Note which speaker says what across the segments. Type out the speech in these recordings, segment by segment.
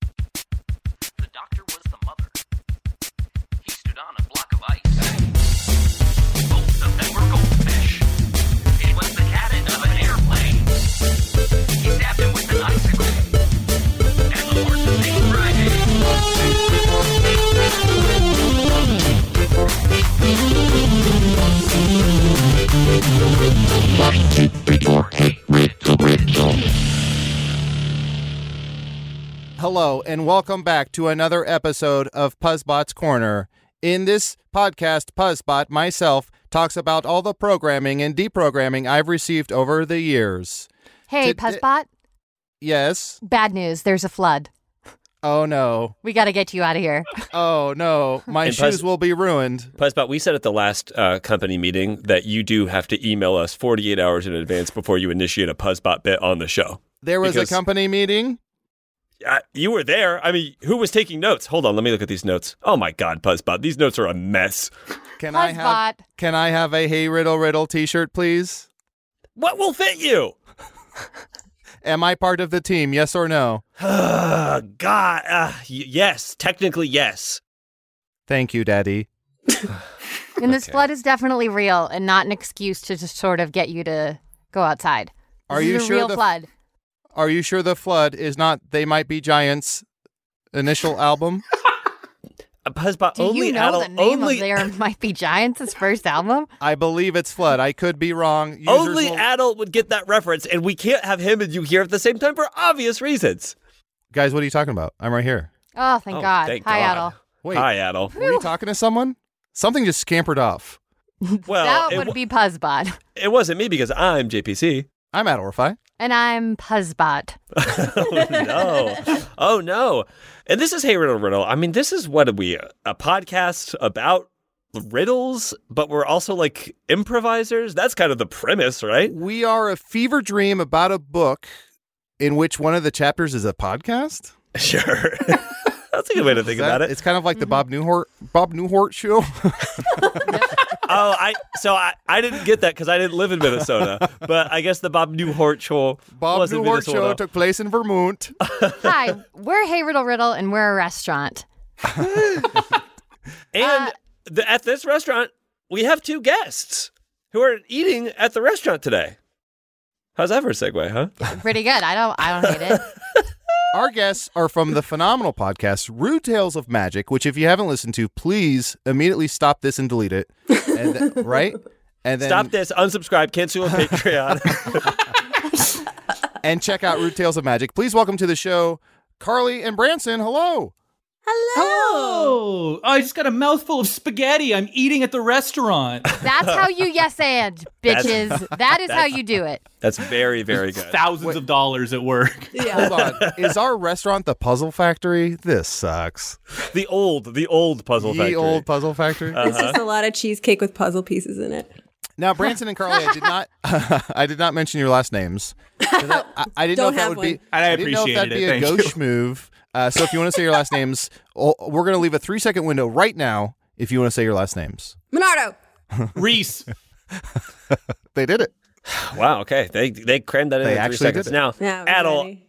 Speaker 1: The doctor was the mother. He stood on a block of ice. Both of them were goldfish. It was the cabin of an airplane. He stabbed him with an icicle. And the horse was named Friday.
Speaker 2: Hello, and welcome back to another episode of Puzzbot's Corner. In this podcast, Puzzbot, myself, talks about all the programming and deprogramming I've received over the years.
Speaker 3: Hey,
Speaker 2: Did-
Speaker 3: Puzzbot,
Speaker 2: Yes.
Speaker 3: bad news. There's a flood.
Speaker 2: Oh no.
Speaker 3: We got to get you out of here.
Speaker 2: Oh no. My
Speaker 4: And
Speaker 2: shoes
Speaker 4: Puzz-
Speaker 2: will be ruined.
Speaker 4: Puzzbot, we said at the last uh, company meeting that you do have to email us 48 hours in advance before you initiate a Puzzbot bit on the show.
Speaker 2: There was
Speaker 4: Because-
Speaker 2: a company meeting.
Speaker 4: Uh, you were there. I mean, who was taking notes? Hold on, let me look at these notes. Oh my God, Puzzbot, these notes are a mess.
Speaker 2: Can I have
Speaker 3: Puzzbot.
Speaker 2: Can I have a Hey Riddle Riddle t-shirt, please?
Speaker 4: What will fit you?
Speaker 2: Am I part of the team? Yes or no?
Speaker 4: Uh, God, uh, y- yes, technically yes.
Speaker 2: Thank you, Daddy.
Speaker 3: And this flood is definitely real and not an excuse to just sort of get you to go outside. This
Speaker 2: Are you
Speaker 3: is a
Speaker 2: sure
Speaker 3: real
Speaker 2: the-
Speaker 3: flood?
Speaker 2: Are you sure the flood is not They Might Be Giants initial album?
Speaker 4: Uh, Puzzbot,
Speaker 3: Do
Speaker 4: only
Speaker 3: you know
Speaker 4: adult,
Speaker 3: the name
Speaker 4: only,
Speaker 3: of There Might Be Giants' first album?
Speaker 2: I believe it's Flood. I could be wrong. Users
Speaker 4: only
Speaker 2: will-
Speaker 4: adult would get that reference, and we can't have him and you here at the same time for obvious reasons.
Speaker 2: Guys, what are you talking about? I'm right here.
Speaker 3: Oh, thank
Speaker 4: Oh,
Speaker 3: God.
Speaker 4: thank
Speaker 3: Hi,
Speaker 4: God.
Speaker 3: Adel.
Speaker 2: Wait.
Speaker 4: Hi, adult.
Speaker 2: Were you talking to someone? Something just scampered off.
Speaker 4: Well,
Speaker 3: that
Speaker 4: it,
Speaker 3: would
Speaker 4: wa-
Speaker 3: be Puzzbot.
Speaker 4: it wasn't me because I'm JPC.
Speaker 2: I'm at Orfi.
Speaker 3: And I'm Puzzbot.
Speaker 4: oh no! Oh no! And this is Hey Riddle Riddle. I mean, this is what we a podcast about riddles, but we're also like improvisers. That's kind of the premise, right?
Speaker 2: We are a fever dream about a book in which one of the chapters is a podcast.
Speaker 4: Sure. That's a good way to think
Speaker 2: Is that-
Speaker 4: about it.
Speaker 2: It's kind of like the Bob Newhart Bob Newhart show.
Speaker 4: Oh, I so I, I didn't get that because I didn't live in Minnesota, but I guess the Bob Newhart show
Speaker 2: Bob
Speaker 4: was in
Speaker 2: Newhart show
Speaker 4: Minnesota.
Speaker 2: took place in Vermont.
Speaker 3: Hi, we're Hey Riddle Riddle and we're a restaurant.
Speaker 4: and the, at this restaurant, we have two guests who are eating at the restaurant today. How's that for a segue, huh?
Speaker 3: Pretty good. I don't I don't hate it.
Speaker 2: Our guests are from the phenomenal podcast Rude Tales of Magic, which if you haven't listened to, please immediately stop this and delete it. And th- right? And then
Speaker 4: Stop this, unsubscribe, cancel your Patreon.
Speaker 2: and check out Rude Tales of Magic. Please welcome to the show Carly and Branson. Hello.
Speaker 5: Hello.
Speaker 6: Oh!
Speaker 5: I just got a mouthful of spaghetti. I'm eating at the restaurant.
Speaker 3: That's how you yes and, bitches. that is how you do it.
Speaker 4: That's very, very good.
Speaker 5: Thousands of dollars at work.
Speaker 2: Hold on. Is our restaurant the Puzzle Factory? This sucks.
Speaker 4: The old, the old puzzle
Speaker 2: the
Speaker 4: factory. Uh-huh.
Speaker 2: old Puzzle Factory.
Speaker 7: It's just a lot of cheesecake with puzzle pieces in it.
Speaker 2: now, Branson and Carly, I did not, I did not mention your last names. 'Cause I, I- I didn't know
Speaker 7: Don't
Speaker 2: if that
Speaker 7: have
Speaker 2: would be.
Speaker 7: one.
Speaker 5: And I
Speaker 2: didn't know if that'd
Speaker 5: appreciated
Speaker 2: be
Speaker 5: it.
Speaker 2: a
Speaker 5: Thank
Speaker 2: gauche move. Uh, so, if you want to say your last names, oh, we're going to leave a three-second window right now. If you want to say your last names,
Speaker 7: Monardo.
Speaker 5: Reese.
Speaker 2: they did it.
Speaker 4: Wow. Okay. They they crammed that in
Speaker 2: They
Speaker 4: in three
Speaker 2: actually
Speaker 4: seconds.
Speaker 2: did it.
Speaker 4: Now,
Speaker 7: Yeah,
Speaker 4: Adel,
Speaker 7: ready.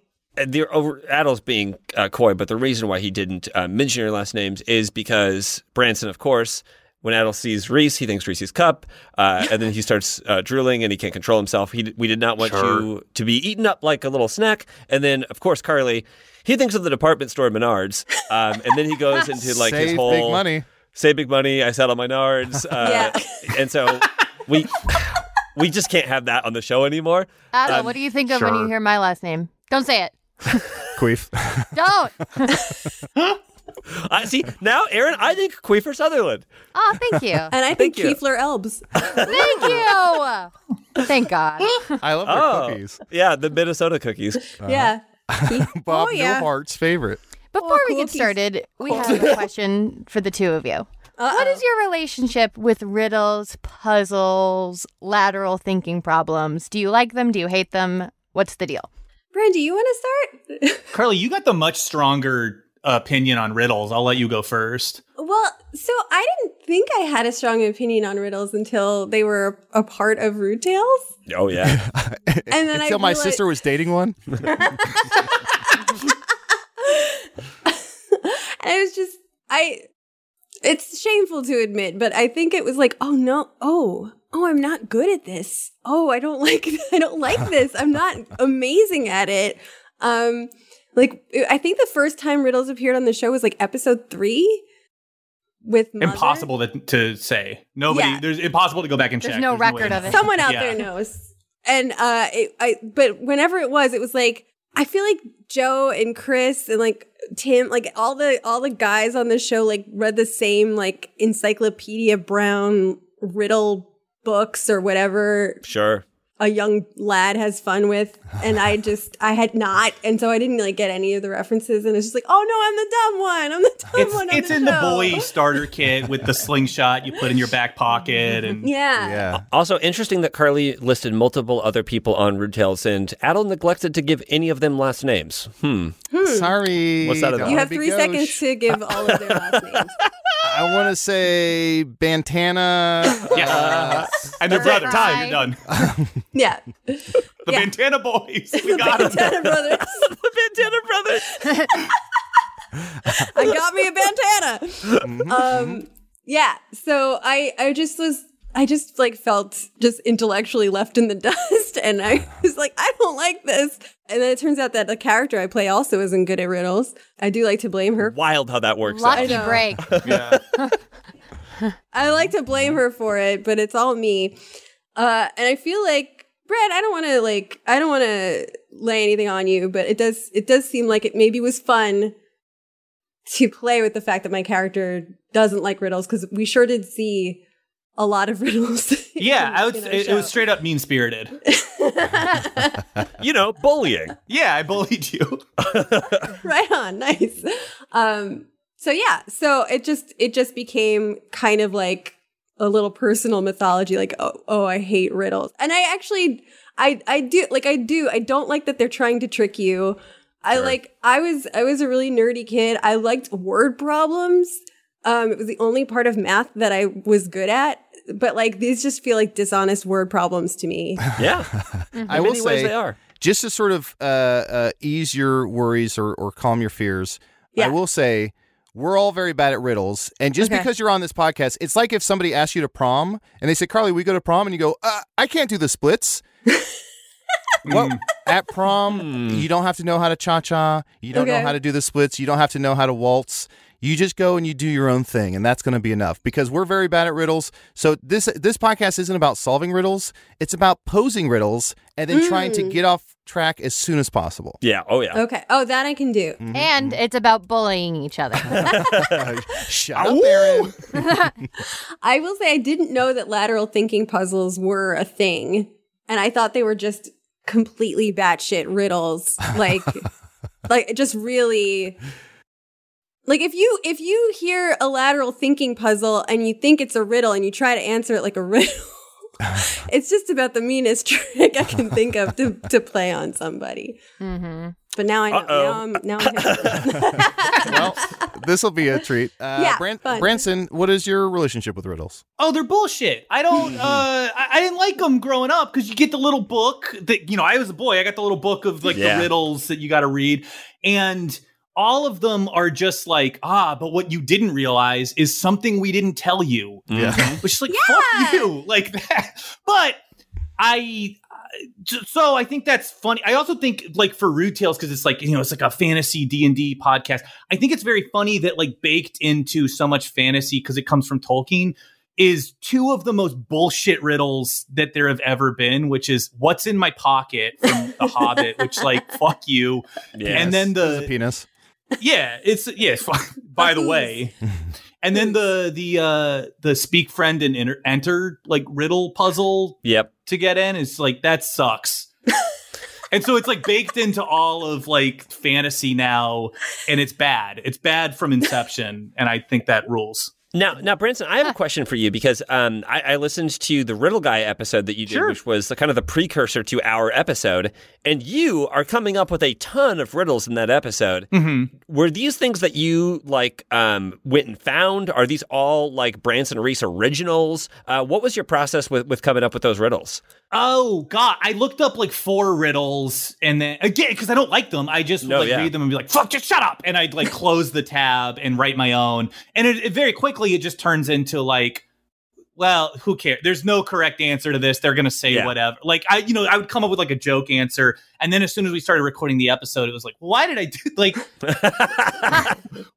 Speaker 4: the over Adel's being uh, coy, but the reason why he didn't uh, mention your last names is because Branson, of course. When Adel sees Reese, he thinks Reese's cup, uh, and then he starts uh, drooling and he can't control himself. He, d- we did not want you to be eaten up like a little snack. And then, of course, Carly, he thinks of the department store Menards, um, and then he goes into like
Speaker 2: Save
Speaker 4: his whole
Speaker 2: big money.
Speaker 4: save big money. I settle my nards. Uh, And so we we just can't have that on the show anymore.
Speaker 3: Adel, what do you think of when you hear my last name? Don't say it.
Speaker 2: Queef.
Speaker 3: Don't.
Speaker 4: I see now, Aaron. I think Queefer Sutherland.
Speaker 3: Oh, thank you.
Speaker 7: And I think Keefler Elbs.
Speaker 2: Uh-huh.
Speaker 3: thank you. Thank God.
Speaker 2: I love
Speaker 4: Oh,
Speaker 2: their cookies.
Speaker 4: yeah, the Minnesota cookies.
Speaker 7: Yeah.
Speaker 2: Bob
Speaker 7: oh, yeah.
Speaker 2: Newhart's favorite.
Speaker 3: Before we get
Speaker 7: cookies.
Speaker 3: started, we have a question for the two of you. What is your relationship with riddles, puzzles, lateral thinking problems? Do you like them? Do you hate them? What's the deal?
Speaker 7: Brandy, you want to start?
Speaker 6: Carly, you got the much stronger opinion on riddles. I'll let you go first.
Speaker 7: Well, so I didn't think I had a strong opinion on riddles until they were a part of Rude Tales.
Speaker 4: Oh yeah,
Speaker 7: And then
Speaker 2: Until
Speaker 7: I
Speaker 2: my
Speaker 7: realized-
Speaker 2: sister was dating one.
Speaker 7: And I was just, I, it's shameful to admit, but I think it was like, oh no, oh, oh, I'm not good at this. Oh, I don't like, I don't like this. I'm not amazing at it. Um, like I think the first time riddles appeared on the show was like episode three with Mother.
Speaker 6: Impossible to, to say. Nobody.
Speaker 7: Yeah.
Speaker 6: There's impossible to go back and
Speaker 3: There's
Speaker 6: check.
Speaker 3: no
Speaker 6: way
Speaker 3: record
Speaker 6: to
Speaker 3: of it.
Speaker 6: know.
Speaker 7: Someone out
Speaker 6: Yeah.
Speaker 7: there knows. And uh, it, I, but whenever it was, it was like I feel like Joe and Chris and like Tim, like all the all the guys on the show, like read the same like Encyclopedia Brown riddle books or whatever
Speaker 4: sure.
Speaker 7: a young lad has fun with and i just i had not and so i didn't like get any of the references and it's just like oh no i'm the dumb one i'm the dumb
Speaker 6: It's,
Speaker 7: one on
Speaker 6: it's in the
Speaker 7: show.
Speaker 6: boy starter kit with the slingshot you put in your back pocket and
Speaker 7: yeah
Speaker 2: Yeah.
Speaker 4: Also interesting that Carly listed multiple other people on Rude Tales, and Adel neglected to give any of them last names. Hmm.
Speaker 2: Sorry.
Speaker 4: What's that about?
Speaker 7: you
Speaker 2: Don't
Speaker 7: have
Speaker 2: be
Speaker 7: three
Speaker 2: gauche.
Speaker 7: seconds to give all of their last names
Speaker 2: I want to say Bantana.
Speaker 6: Yes. Uh, and their brother. Time. You're done.
Speaker 7: yeah
Speaker 6: The
Speaker 7: Yeah.
Speaker 6: Montana boys. We
Speaker 7: the
Speaker 6: got them.
Speaker 7: Bandana Brothers.
Speaker 4: the Bandana Brothers.
Speaker 7: I got me a bandana. um, yeah. So I, I just was, I just like felt just intellectually left in the dust, and I was like, I don't like this. And then it turns out that the character I play also isn't good at riddles. I do like to blame her.
Speaker 4: Wild how that works. out.
Speaker 3: Lucky
Speaker 7: know.
Speaker 3: break.
Speaker 7: I like to blame her for it, but it's all me. Uh, and I feel like Brad, I don't want to like, I don't want to lay anything on you, but it does, it does seem like it maybe was fun to play with the fact that my character doesn't like riddles because we sure did see a lot of riddles.
Speaker 6: Yeah,
Speaker 7: in-
Speaker 6: I would,
Speaker 7: in our
Speaker 6: it, it
Speaker 7: show.
Speaker 6: was straight up mean spirited.
Speaker 4: You know, bullying.
Speaker 6: Yeah, I bullied you.
Speaker 7: right on nice um so yeah so it just it just became kind of like a little personal mythology like oh, oh i hate riddles and i actually i i do like i do i don't like that they're trying to trick you i like i was i was a really nerdy kid i liked word problems um it was the only part of math that i was good at but like these just feel like dishonest word problems to me
Speaker 4: Yeah.
Speaker 2: I will
Speaker 4: Many ways
Speaker 2: say
Speaker 4: they are.
Speaker 2: just to sort of uh, uh, ease your worries or, or calm your fears, I
Speaker 7: Yeah.
Speaker 2: will say we're all very bad at riddles. And just
Speaker 7: Okay.
Speaker 2: because you're on this podcast, it's like if somebody asked you to prom and they say, Carly, we go to prom, and you go, uh, I can't do the splits. well, Mm. at prom, mm. you don't have to know how to cha cha. You don't
Speaker 7: Okay.
Speaker 2: know how to do the splits. You don't have to know how to waltz. You just go and you do your own thing, and that's going to be enough because we're very bad at riddles. So this this podcast isn't about solving riddles; it's about posing riddles and then trying
Speaker 7: Mm.
Speaker 2: to get off track as soon as possible.
Speaker 4: Yeah. Oh yeah.
Speaker 7: okay oh that i can do
Speaker 3: And it's about bullying each other.
Speaker 2: Shut up, Aaron.
Speaker 7: I will say I didn't know that lateral thinking puzzles were a thing, and I thought they were just completely batshit riddles, like, like just really. Like if you if you hear a lateral thinking puzzle and you think it's a riddle and you try to answer it like a riddle, it's just about the meanest trick I can think of to to play on somebody.
Speaker 3: hmm
Speaker 7: But now I know.
Speaker 4: Uh-oh.
Speaker 7: Now I'm now I'm
Speaker 2: well, this will be a treat. Uh,
Speaker 7: Yeah,
Speaker 2: Bran-
Speaker 7: fun.
Speaker 2: Branson, what is your relationship with riddles?
Speaker 6: Oh, they're bullshit. I don't. uh I, I didn't like them growing up because you get the little book that you know. I was a boy. I got the little book of like
Speaker 4: Yeah.
Speaker 6: the riddles that you got to read, and all of them are just like ah. But what you didn't realize is something we didn't tell you,
Speaker 4: Yeah.
Speaker 6: which is like fuck
Speaker 7: Yeah.
Speaker 6: you, like that. But I. I- j- So I think that's funny. I also think like for Rude Tales because it's like you know it's like a fantasy D and D podcast. I think it's very funny that like baked into so much fantasy because it comes from Tolkien is two of the most bullshit riddles that there have ever been, which is what's in my pocket from The Hobbit, which like fuck you,
Speaker 4: Yes.
Speaker 6: and then
Speaker 2: The
Speaker 6: the
Speaker 2: penis.
Speaker 5: yeah, it's yeah. It's, fine. by the way, and then the the uh the speak friend and enter, enter like riddle puzzle
Speaker 4: Yep.
Speaker 5: to get in is like that sucks. and so it's like baked into all of like fantasy now and it's bad. It's bad from inception and I think that rules.
Speaker 4: Now, now, Branson, I have a question for you because um, I, I listened to the Riddle Guy episode that you did,
Speaker 5: Sure.
Speaker 4: which was the, kind of the precursor to our episode, and you are coming up with a ton of riddles in that episode.
Speaker 5: Mhm.
Speaker 4: Were these things that you like um, went and found? Are these all like Branson Reese originals? Uh, what was your process with, with coming up with those riddles?
Speaker 5: Oh god, I looked up like four riddles and then again cuz I don't like them, I just would
Speaker 4: No,
Speaker 5: like
Speaker 4: yeah.
Speaker 5: read them and be like fuck just shut up and I'd like close the tab and write my own. And it, it very quickly it just turns into like well, who cares? There's no correct answer to this. They're going to say
Speaker 4: Yeah.
Speaker 5: whatever. Like I you know, I would come up with like a joke answer and then as soon as we started recording the episode, it was like, "Why did I do like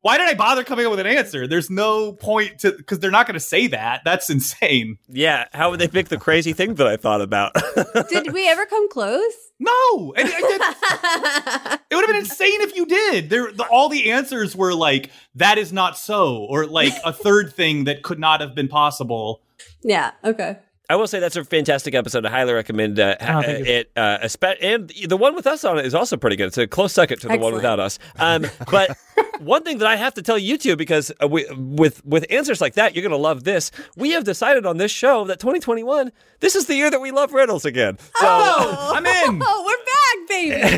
Speaker 5: why did I bother coming up with an answer? There's no point to because they're not going to say that. That's insane.
Speaker 4: yeah, how would they pick the crazy thing that I thought about?
Speaker 7: Did we ever come close?
Speaker 5: No, And I did- it would have been insane if you did. There, the, all the answers were like that is not so, or like a third thing that could not have been possible.
Speaker 7: yeah. Okay.
Speaker 4: I will say that's a fantastic episode. I highly recommend uh,
Speaker 5: Oh, thank you.
Speaker 4: it. Uh, espe- and the one with us on it is also pretty good. It's a close second to the one
Speaker 7: Excellent.
Speaker 4: without us. Um, but one thing that I have to tell you two, because uh, we, with with answers like that, you're going to love this. We have decided on this show that 2021, this is the year that we love riddles again. So
Speaker 5: Oh, I'm in.
Speaker 7: Oh, we're back,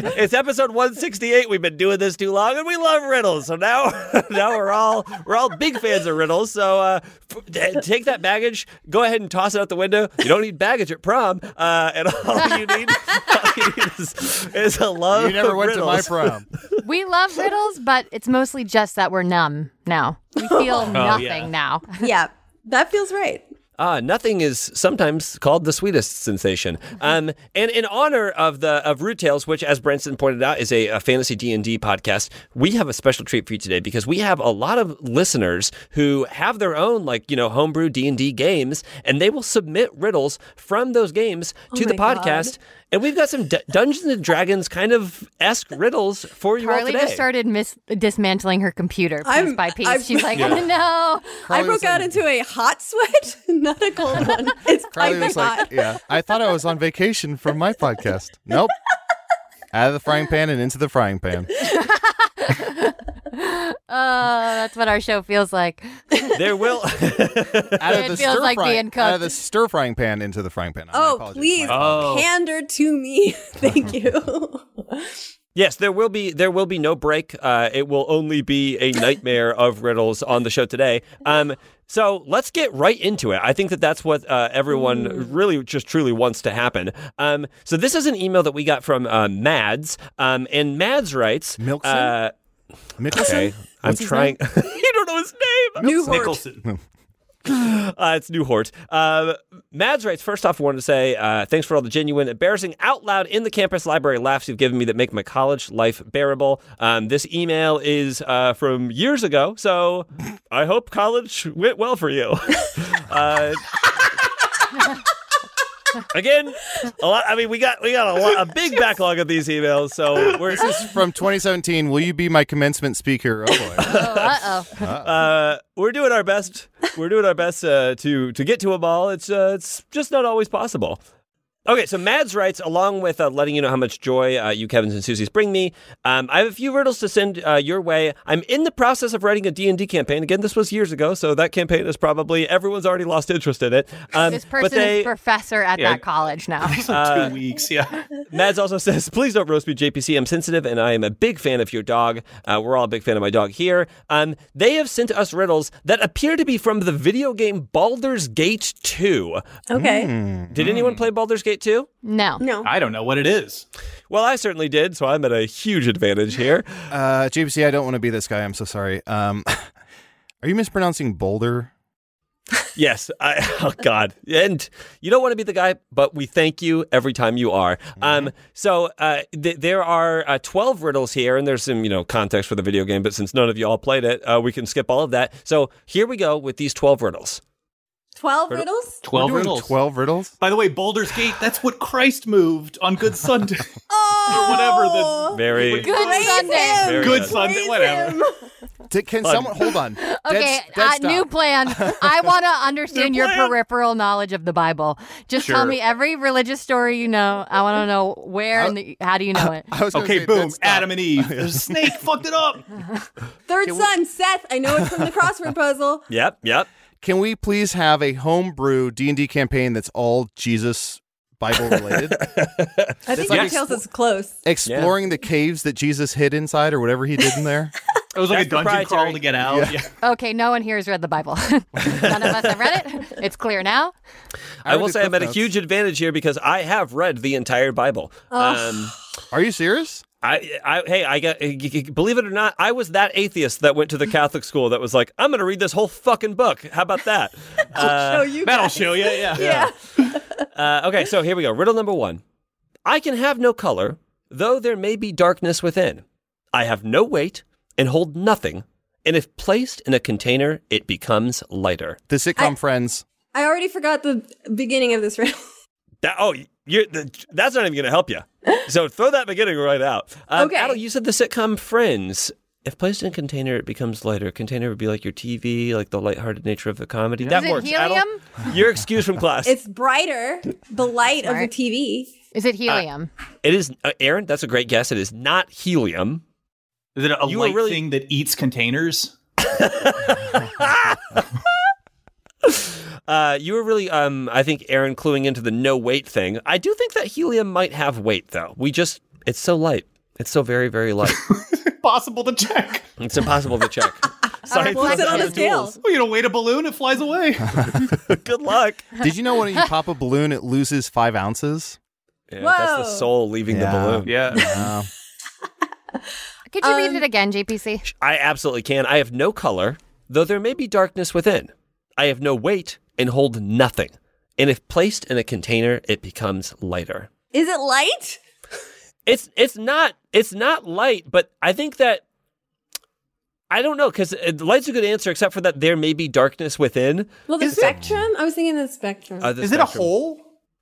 Speaker 7: baby.
Speaker 4: it's episode 168. We've been doing this too long, and we love riddles. So now, now we're all we're all big fans of riddles. So uh, f- d- take that baggage, go ahead and toss it out the window. You don't need baggage at prom, uh, and all you need, all you need is, is a love.
Speaker 2: You never
Speaker 4: of
Speaker 2: went
Speaker 4: riddles.
Speaker 2: to my prom.
Speaker 3: We love riddles, but it's mostly just that we're numb now. We feel nothing
Speaker 5: yeah.
Speaker 3: now.
Speaker 7: yeah, that feels right.
Speaker 4: Ah, nothing is sometimes called the sweetest sensation.
Speaker 3: Mm-hmm.
Speaker 4: Um, and in honor of the of Root Tales, which, as Branson pointed out, is a, a fantasy D and D podcast, we have a special treat for you today because we have a lot of listeners who have their own like you know homebrew D and D games, and they will submit riddles from those games
Speaker 3: Oh
Speaker 4: to the
Speaker 7: my God.
Speaker 4: podcast. And we've got some D- Dungeons and Dragons kind of esque riddles for you all
Speaker 3: Carly
Speaker 4: today.
Speaker 3: just started mis- dismantling her computer piece
Speaker 7: I'm-
Speaker 3: by piece.
Speaker 7: I'm-
Speaker 3: She's like, no.
Speaker 2: Carly
Speaker 7: I
Speaker 2: was
Speaker 7: broke out
Speaker 2: like-
Speaker 7: into a hot sweat, not a cold one. It's
Speaker 2: Carly
Speaker 7: piping
Speaker 2: was like,
Speaker 7: hot.
Speaker 2: "Yeah, I thought I was on vacation from my podcast. Nope." Out of the frying pan and into the frying pan.
Speaker 3: Oh, that's what our show feels like.
Speaker 4: there will.
Speaker 2: Out of
Speaker 3: It
Speaker 2: the
Speaker 3: feels
Speaker 2: stir
Speaker 3: like
Speaker 2: fry-
Speaker 3: being cooked.
Speaker 2: Out of the stir frying pan into the frying pan. My
Speaker 7: Oh,
Speaker 2: apologies.
Speaker 7: please
Speaker 2: My
Speaker 5: Oh.
Speaker 2: apologies.
Speaker 7: pander to me. Thank you.
Speaker 4: Yes, there will be there will be no break. Uh, it will only be a nightmare of riddles on the show today. Um, so let's get right into it. I think that that's what uh, everyone really just truly wants to happen. Um, so this is an email that we got from uh, Mads, um, and Mads writes,
Speaker 2: Milkson?
Speaker 4: Uh,
Speaker 5: Oh.
Speaker 2: Mickelson?
Speaker 4: okay, I'm trying. you don't know his name.
Speaker 5: Nicholson.
Speaker 4: Uh, it's Newhort. Uh, Mads writes, first off, I wanted to say uh, thanks for all the genuine, embarrassing, out loud in the campus library laughs you've given me that make my college life bearable. Um, this email is uh, from years ago, so I hope college went well for you. uh, again, a lot. I mean, we got we got a, lot, a big backlog of these emails, so we're
Speaker 2: From 2017, will you be my commencement speaker? Oh, boy.
Speaker 3: Uh oh.
Speaker 4: uh, we're doing our best. We're doing our best uh, to to get to them all. It's uh, it's just not always possible. Okay, so Mads writes, along with uh, letting you know how much joy uh, you, Kevins, and Susie's bring me, um, I have a few riddles to send uh, your way. I'm in the process of writing a D&D campaign. Again, this was years ago, so that campaign is probably, everyone's already lost interest in it. Um,
Speaker 3: This
Speaker 4: but
Speaker 3: person
Speaker 4: they- uh,
Speaker 3: is professor at
Speaker 5: Yeah.
Speaker 3: that college now.
Speaker 5: Two weeks, yeah.
Speaker 4: Mads also says, please don't roast me, JPC. I'm sensitive and I am a big fan of your dog. Uh, we're all a big fan of my dog here. Um, they have sent us riddles that appear to be from the video game Baldur's Gate 2.
Speaker 7: Okay.
Speaker 2: Hmm.
Speaker 4: Did anyone play Baldur's Gate 2?
Speaker 3: No.
Speaker 7: No.
Speaker 5: I don't know what it is.
Speaker 4: Well, I certainly did, so I'm at a huge advantage here.
Speaker 2: Uh, JBC, I don't want to be this guy. I'm so sorry. Um, are you mispronouncing Boulder?
Speaker 4: Yes. I, oh God. And you don't want to be the guy, but we thank you every time you are. Um, so uh, th- there are uh, twelve riddles here, and there's some you know context for the video game, but since none of you all played it, uh, we can skip all of that. So here we go with these twelve riddles.
Speaker 7: 12 riddles?
Speaker 2: We're
Speaker 5: 12
Speaker 2: doing
Speaker 5: riddles.
Speaker 2: 12 riddles?
Speaker 5: By the way, Boulder's Gate, that's what Christ moved on Good Sunday.
Speaker 7: Oh, Oh,
Speaker 5: whatever the-
Speaker 4: Very.
Speaker 3: Good
Speaker 7: Praise
Speaker 3: Sunday.
Speaker 7: him.
Speaker 4: Very
Speaker 5: good
Speaker 4: good.
Speaker 5: Sunday,
Speaker 7: Praise
Speaker 5: whatever.
Speaker 7: him.
Speaker 2: Did- can someone hold on? Dead-
Speaker 3: Okay,
Speaker 2: dead
Speaker 3: uh,
Speaker 2: stop.
Speaker 3: new plan. I want to understand
Speaker 4: New
Speaker 3: your
Speaker 4: plan?
Speaker 3: peripheral knowledge of the Bible. Just tell
Speaker 5: Sure.
Speaker 3: me every religious story you know. I want to know where
Speaker 4: Uh,
Speaker 3: and the, how do you know it.
Speaker 2: I was gonna
Speaker 5: Okay,
Speaker 2: say, dead
Speaker 5: boom.
Speaker 2: stop.
Speaker 5: Adam and Eve. The snake fucked it up.
Speaker 7: Third son, Seth. I know it's from the crossword puzzle.
Speaker 4: Yep, yep.
Speaker 2: Can we please have a homebrew D and D campaign that's all Jesus Bible related?
Speaker 7: I think
Speaker 2: like
Speaker 7: details is close.
Speaker 2: Exploring the caves that Jesus hid inside, or whatever he did in there.
Speaker 5: It was like
Speaker 4: That's
Speaker 5: a dungeon
Speaker 4: proprietary.
Speaker 5: crawl to get out. Yeah.
Speaker 4: uh,
Speaker 3: Okay, no one here has read the Bible. None of us have read it. It's clear now.
Speaker 4: I, will
Speaker 2: read the
Speaker 4: say I'm
Speaker 2: Cliff
Speaker 4: at a
Speaker 2: Notes.
Speaker 4: huge advantage here because I have read the entire Bible. Um,
Speaker 2: Are you serious?
Speaker 4: I, I, hey, I got. Believe it or not, I was that atheist that went to the Catholic school that was like, I'm going to read this whole fucking book. How about that?
Speaker 7: Show you
Speaker 5: That'll
Speaker 7: guys.
Speaker 5: show you. Yeah.
Speaker 7: Yeah.
Speaker 4: Uh, okay, so here we go. Riddle number one: I can have no color, though there may be darkness within. I have no weight and hold nothing. And if placed in a container, it becomes lighter.
Speaker 2: The sitcom Friends.
Speaker 7: I already forgot the beginning of this riddle.
Speaker 4: That oh, you're, the, that's not even going to help you. So throw that beginning right out. Um,
Speaker 7: Okay.
Speaker 4: Adel, you said the sitcom Friends. If placed in a container, it becomes lighter. Container would be like your TV, like the lighthearted nature of the comedy. That
Speaker 3: Is it
Speaker 4: works.
Speaker 3: helium?
Speaker 4: Adel, you're excused from class.
Speaker 7: It's brighter, the light of the
Speaker 3: Smart.
Speaker 7: TV.
Speaker 3: Is it helium?
Speaker 4: it is uh, Aaron. That's a great guess. It is not helium.
Speaker 5: Is it a
Speaker 4: You were
Speaker 5: light
Speaker 4: really-
Speaker 5: thing that eats containers?
Speaker 4: Uh, you were really, um, I think, Aaron, cluing into the no weight thing. I do think that helium might have weight, though. We just, it's so light. It's so very, very light.
Speaker 5: Possible to check.
Speaker 4: it's impossible to check. Science
Speaker 7: Well,
Speaker 4: doesn't
Speaker 7: it's on
Speaker 4: have the
Speaker 7: a scale.
Speaker 4: tools.
Speaker 5: Well, Oh, you don't wait a balloon, it flies away.
Speaker 4: Good luck.
Speaker 2: Did you know when you pop a balloon, it loses five ounces?
Speaker 4: Yeah, that's the
Speaker 7: Whoa.
Speaker 4: soul leaving
Speaker 2: Yeah.
Speaker 4: the balloon.
Speaker 5: yeah.
Speaker 2: Uh,
Speaker 3: Could you read
Speaker 7: Um,
Speaker 3: it again, JPC?
Speaker 4: I absolutely can. I have no color, though there may be darkness within. I have no weight and hold nothing. And if placed in a container, it becomes lighter.
Speaker 7: Is it light?
Speaker 4: it's it's not it's not light, but I think that I don't know because light's a good answer, except for that there may be darkness within.
Speaker 7: Well, the spectrum? I was thinking the spectrum.
Speaker 4: Uh, the
Speaker 5: Is it a
Speaker 4: spectrum.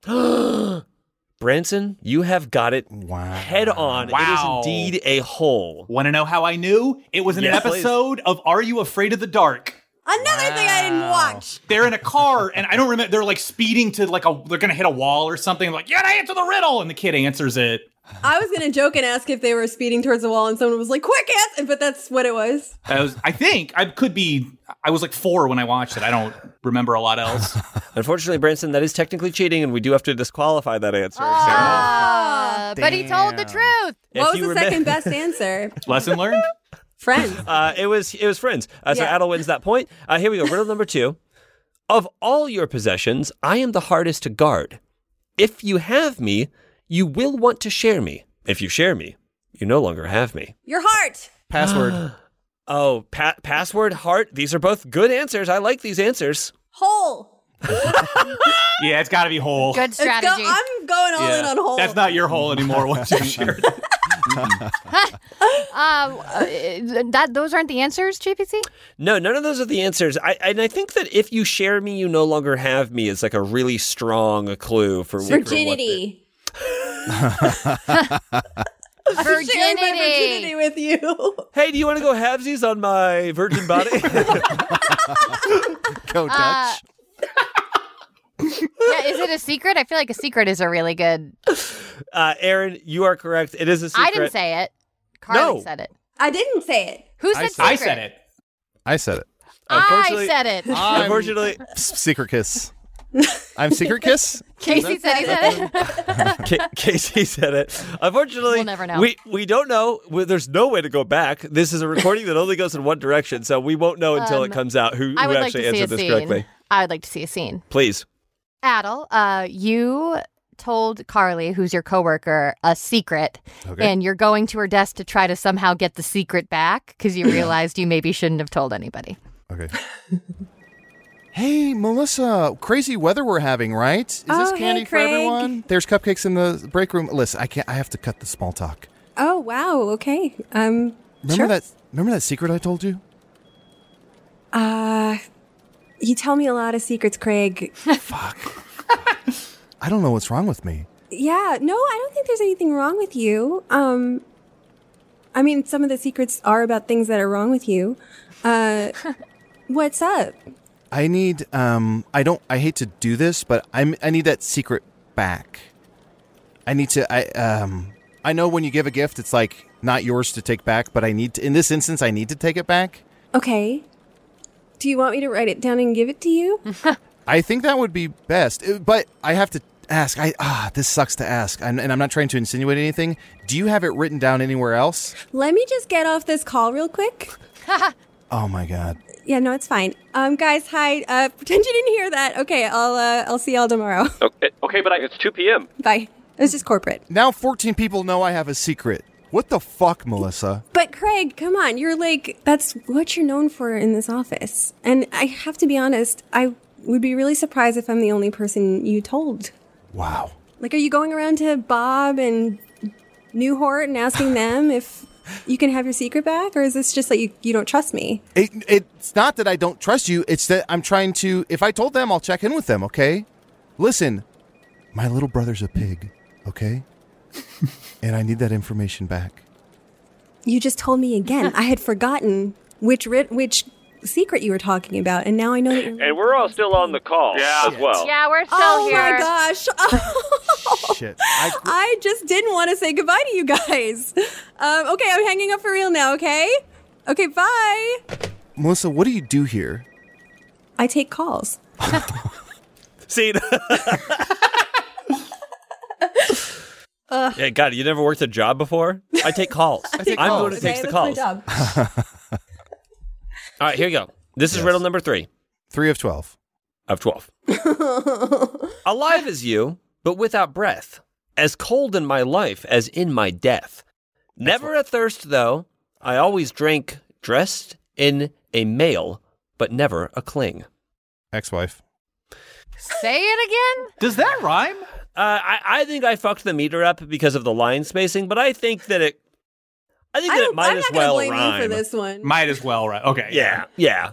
Speaker 5: hole?
Speaker 4: Branson? You have got it
Speaker 2: wow.
Speaker 4: head on.
Speaker 5: Wow.
Speaker 4: It is indeed a hole.
Speaker 5: Want to know how I knew? It was an
Speaker 4: Yes,
Speaker 5: episode of Are You Afraid of the Dark?
Speaker 7: Another thing I didn't watch.
Speaker 5: They're in a car, and I don't remember. They're like speeding to like a. They're gonna hit a wall or something. like, you gotta answer the riddle, and the kid answers it.
Speaker 7: I was gonna joke and ask if they were speeding towards the wall, and someone was like, "Quick answer!" But that's what it was.
Speaker 5: I was. I think I could be. I was like four when I watched it. I don't remember a lot else.
Speaker 4: Unfortunately, Branson, that is technically cheating, and we do have to disqualify that answer.
Speaker 5: Ah.
Speaker 3: Uh, but he told the
Speaker 2: damn.
Speaker 3: truth.
Speaker 4: So,
Speaker 7: what
Speaker 4: if
Speaker 7: was
Speaker 4: you
Speaker 7: the
Speaker 4: remem-
Speaker 7: second best answer?
Speaker 5: Lesson learned.
Speaker 7: Friends.
Speaker 4: Uh, it was it was friends. Uh, So
Speaker 7: Yeah.
Speaker 4: Adel wins that point. Uh, here we go. Riddle number two. Of all your possessions, I am the hardest to guard. If you have me, you will want to share me. If you share me, you no longer have me.
Speaker 7: Your heart.
Speaker 2: Password.
Speaker 4: Oh, pa- password heart. These are both good answers. I like these answers.
Speaker 7: Whole.
Speaker 5: Yeah, it's gotta be whole.
Speaker 3: Good
Speaker 7: Let's go.
Speaker 3: strategy.
Speaker 7: I'm going all
Speaker 5: Yeah.
Speaker 7: in on whole.
Speaker 5: That's not your hole anymore. Once you share it.
Speaker 3: Um, uh, that those aren't the answers, JPC.
Speaker 4: No, none of those are the answers. I and I think that if you share me, you no longer have me is like a really strong clue for what- for what-
Speaker 7: virginity. I'm sharing my virginity
Speaker 3: Virginity.
Speaker 7: with you.
Speaker 4: Hey, do you want to go halvesies on my virgin body?
Speaker 2: Go Dutch.
Speaker 3: Yeah, is it a secret? I feel like a secret is a really good.
Speaker 4: Uh, Aaron, you are correct. It is a secret.
Speaker 3: I didn't say it. Carly
Speaker 4: No.
Speaker 3: said it.
Speaker 7: I didn't say it.
Speaker 3: Who
Speaker 2: I
Speaker 3: said
Speaker 2: said-
Speaker 3: secret?
Speaker 5: I said it.
Speaker 2: I said it.
Speaker 3: I
Speaker 4: Unfortunately-
Speaker 3: said it.
Speaker 4: Um, Unfortunately,
Speaker 2: Psst, secret kiss. I'm secret kiss.
Speaker 3: Casey said he said it.
Speaker 4: Ca- Casey said it. Unfortunately,
Speaker 3: We'll never know.
Speaker 4: We we don't know. We, there's no way to go back. This is a recording that only goes in one direction, so we won't know until it comes out who,
Speaker 3: Um, I
Speaker 4: who
Speaker 3: would like
Speaker 4: actually
Speaker 3: to see a
Speaker 4: answered this
Speaker 3: scene.
Speaker 4: correctly.
Speaker 3: I would like to see a scene.
Speaker 4: Please.
Speaker 3: Adel, uh, you told Carly, who's your coworker, a secret, and you're going to her desk to try to somehow get the secret back because you realized you maybe shouldn't have told anybody.
Speaker 2: Okay. Hey Melissa, crazy weather we're having, right? Is this
Speaker 7: Oh, hey,
Speaker 2: candy for
Speaker 7: Craig.
Speaker 2: everyone? There's cupcakes in the break room. Listen, I can't. I have to cut the small talk.
Speaker 7: Oh wow. Okay. Um.
Speaker 2: Remember
Speaker 7: sure.
Speaker 2: that? Remember that secret I told you?
Speaker 7: Uh, you tell me a lot of secrets, Craig.
Speaker 2: I don't know what's wrong with me.
Speaker 7: yeah, no, I don't think there's anything wrong with you. Um, I mean, some of the secrets are about things that are wrong with you. Uh, what's up?
Speaker 2: I need um I don't I hate to do this, but I'm I need that secret back. I need to I um I know when you give a gift it's like not yours to take back, but I need to in this instance I need to take it back.
Speaker 7: Okay. Do you want me to write it down and give it to you?
Speaker 2: I think that would be best. Uh, But I have to ask. I ah this sucks to ask. And, and I'm not trying to insinuate anything. Do you have it written down anywhere else?
Speaker 7: Let me just get off this call real quick.
Speaker 2: Oh my god.
Speaker 7: Yeah, no, it's fine. Um, guys, hi. Uh, pretend you didn't hear that. Okay, I'll uh, I'll see y'all tomorrow.
Speaker 4: Okay, okay but I, it's 2 p.m.
Speaker 7: Bye. It was just corporate.
Speaker 2: Now 14 people know I have a secret. What the fuck, Melissa?
Speaker 7: But Craig, come on, you're like that's what you're known for in this office. And I have to be honest, I would be really surprised if I'm the only person you told.
Speaker 2: Wow.
Speaker 7: Like, are you going around to Bob and Newhart and asking them if you can have your secret back, or is this just like you, you don't trust me?
Speaker 2: It, it's not that I don't trust you. It's that I'm trying to. If I told them, I'll check in with them. Okay. Listen, my little brother's a pig. Okay. and I need that information back.
Speaker 7: You just told me again. I had forgotten which ri- which secret you were talking about, and now I know that you're.
Speaker 4: And we're all still on the call as well.
Speaker 3: Yeah, we're still
Speaker 7: oh
Speaker 3: here.
Speaker 7: my gosh.
Speaker 2: Shit. I,
Speaker 7: I just didn't want to say goodbye to you guys. Um, okay, I'm hanging up for real now, okay? Okay, bye.
Speaker 2: Melissa, what do you do here?
Speaker 7: I take calls.
Speaker 4: See? yeah, God, you never worked a job before? I take calls. I
Speaker 2: take
Speaker 4: am
Speaker 2: calls.
Speaker 4: the one who
Speaker 2: Okay,
Speaker 4: takes the calls. All right, here you go. This is riddle number three
Speaker 2: Three of 12.
Speaker 4: of 12. Alive as you, but without breath. As cold in my life as in my death. Never athirst, though. I always drank dressed in a male, but never a cling.
Speaker 2: Ex wife.
Speaker 3: Say it again.
Speaker 5: Does that rhyme?
Speaker 4: Uh, I, I think I fucked the meter up because of the line spacing, but I think that it. I think
Speaker 7: I
Speaker 4: that it
Speaker 7: don't,
Speaker 4: might
Speaker 7: I'm
Speaker 4: as
Speaker 7: not
Speaker 4: well
Speaker 7: going to blame
Speaker 4: rhyme.
Speaker 7: you for this one.
Speaker 5: Might as well, right? Okay.
Speaker 4: Yeah, yeah.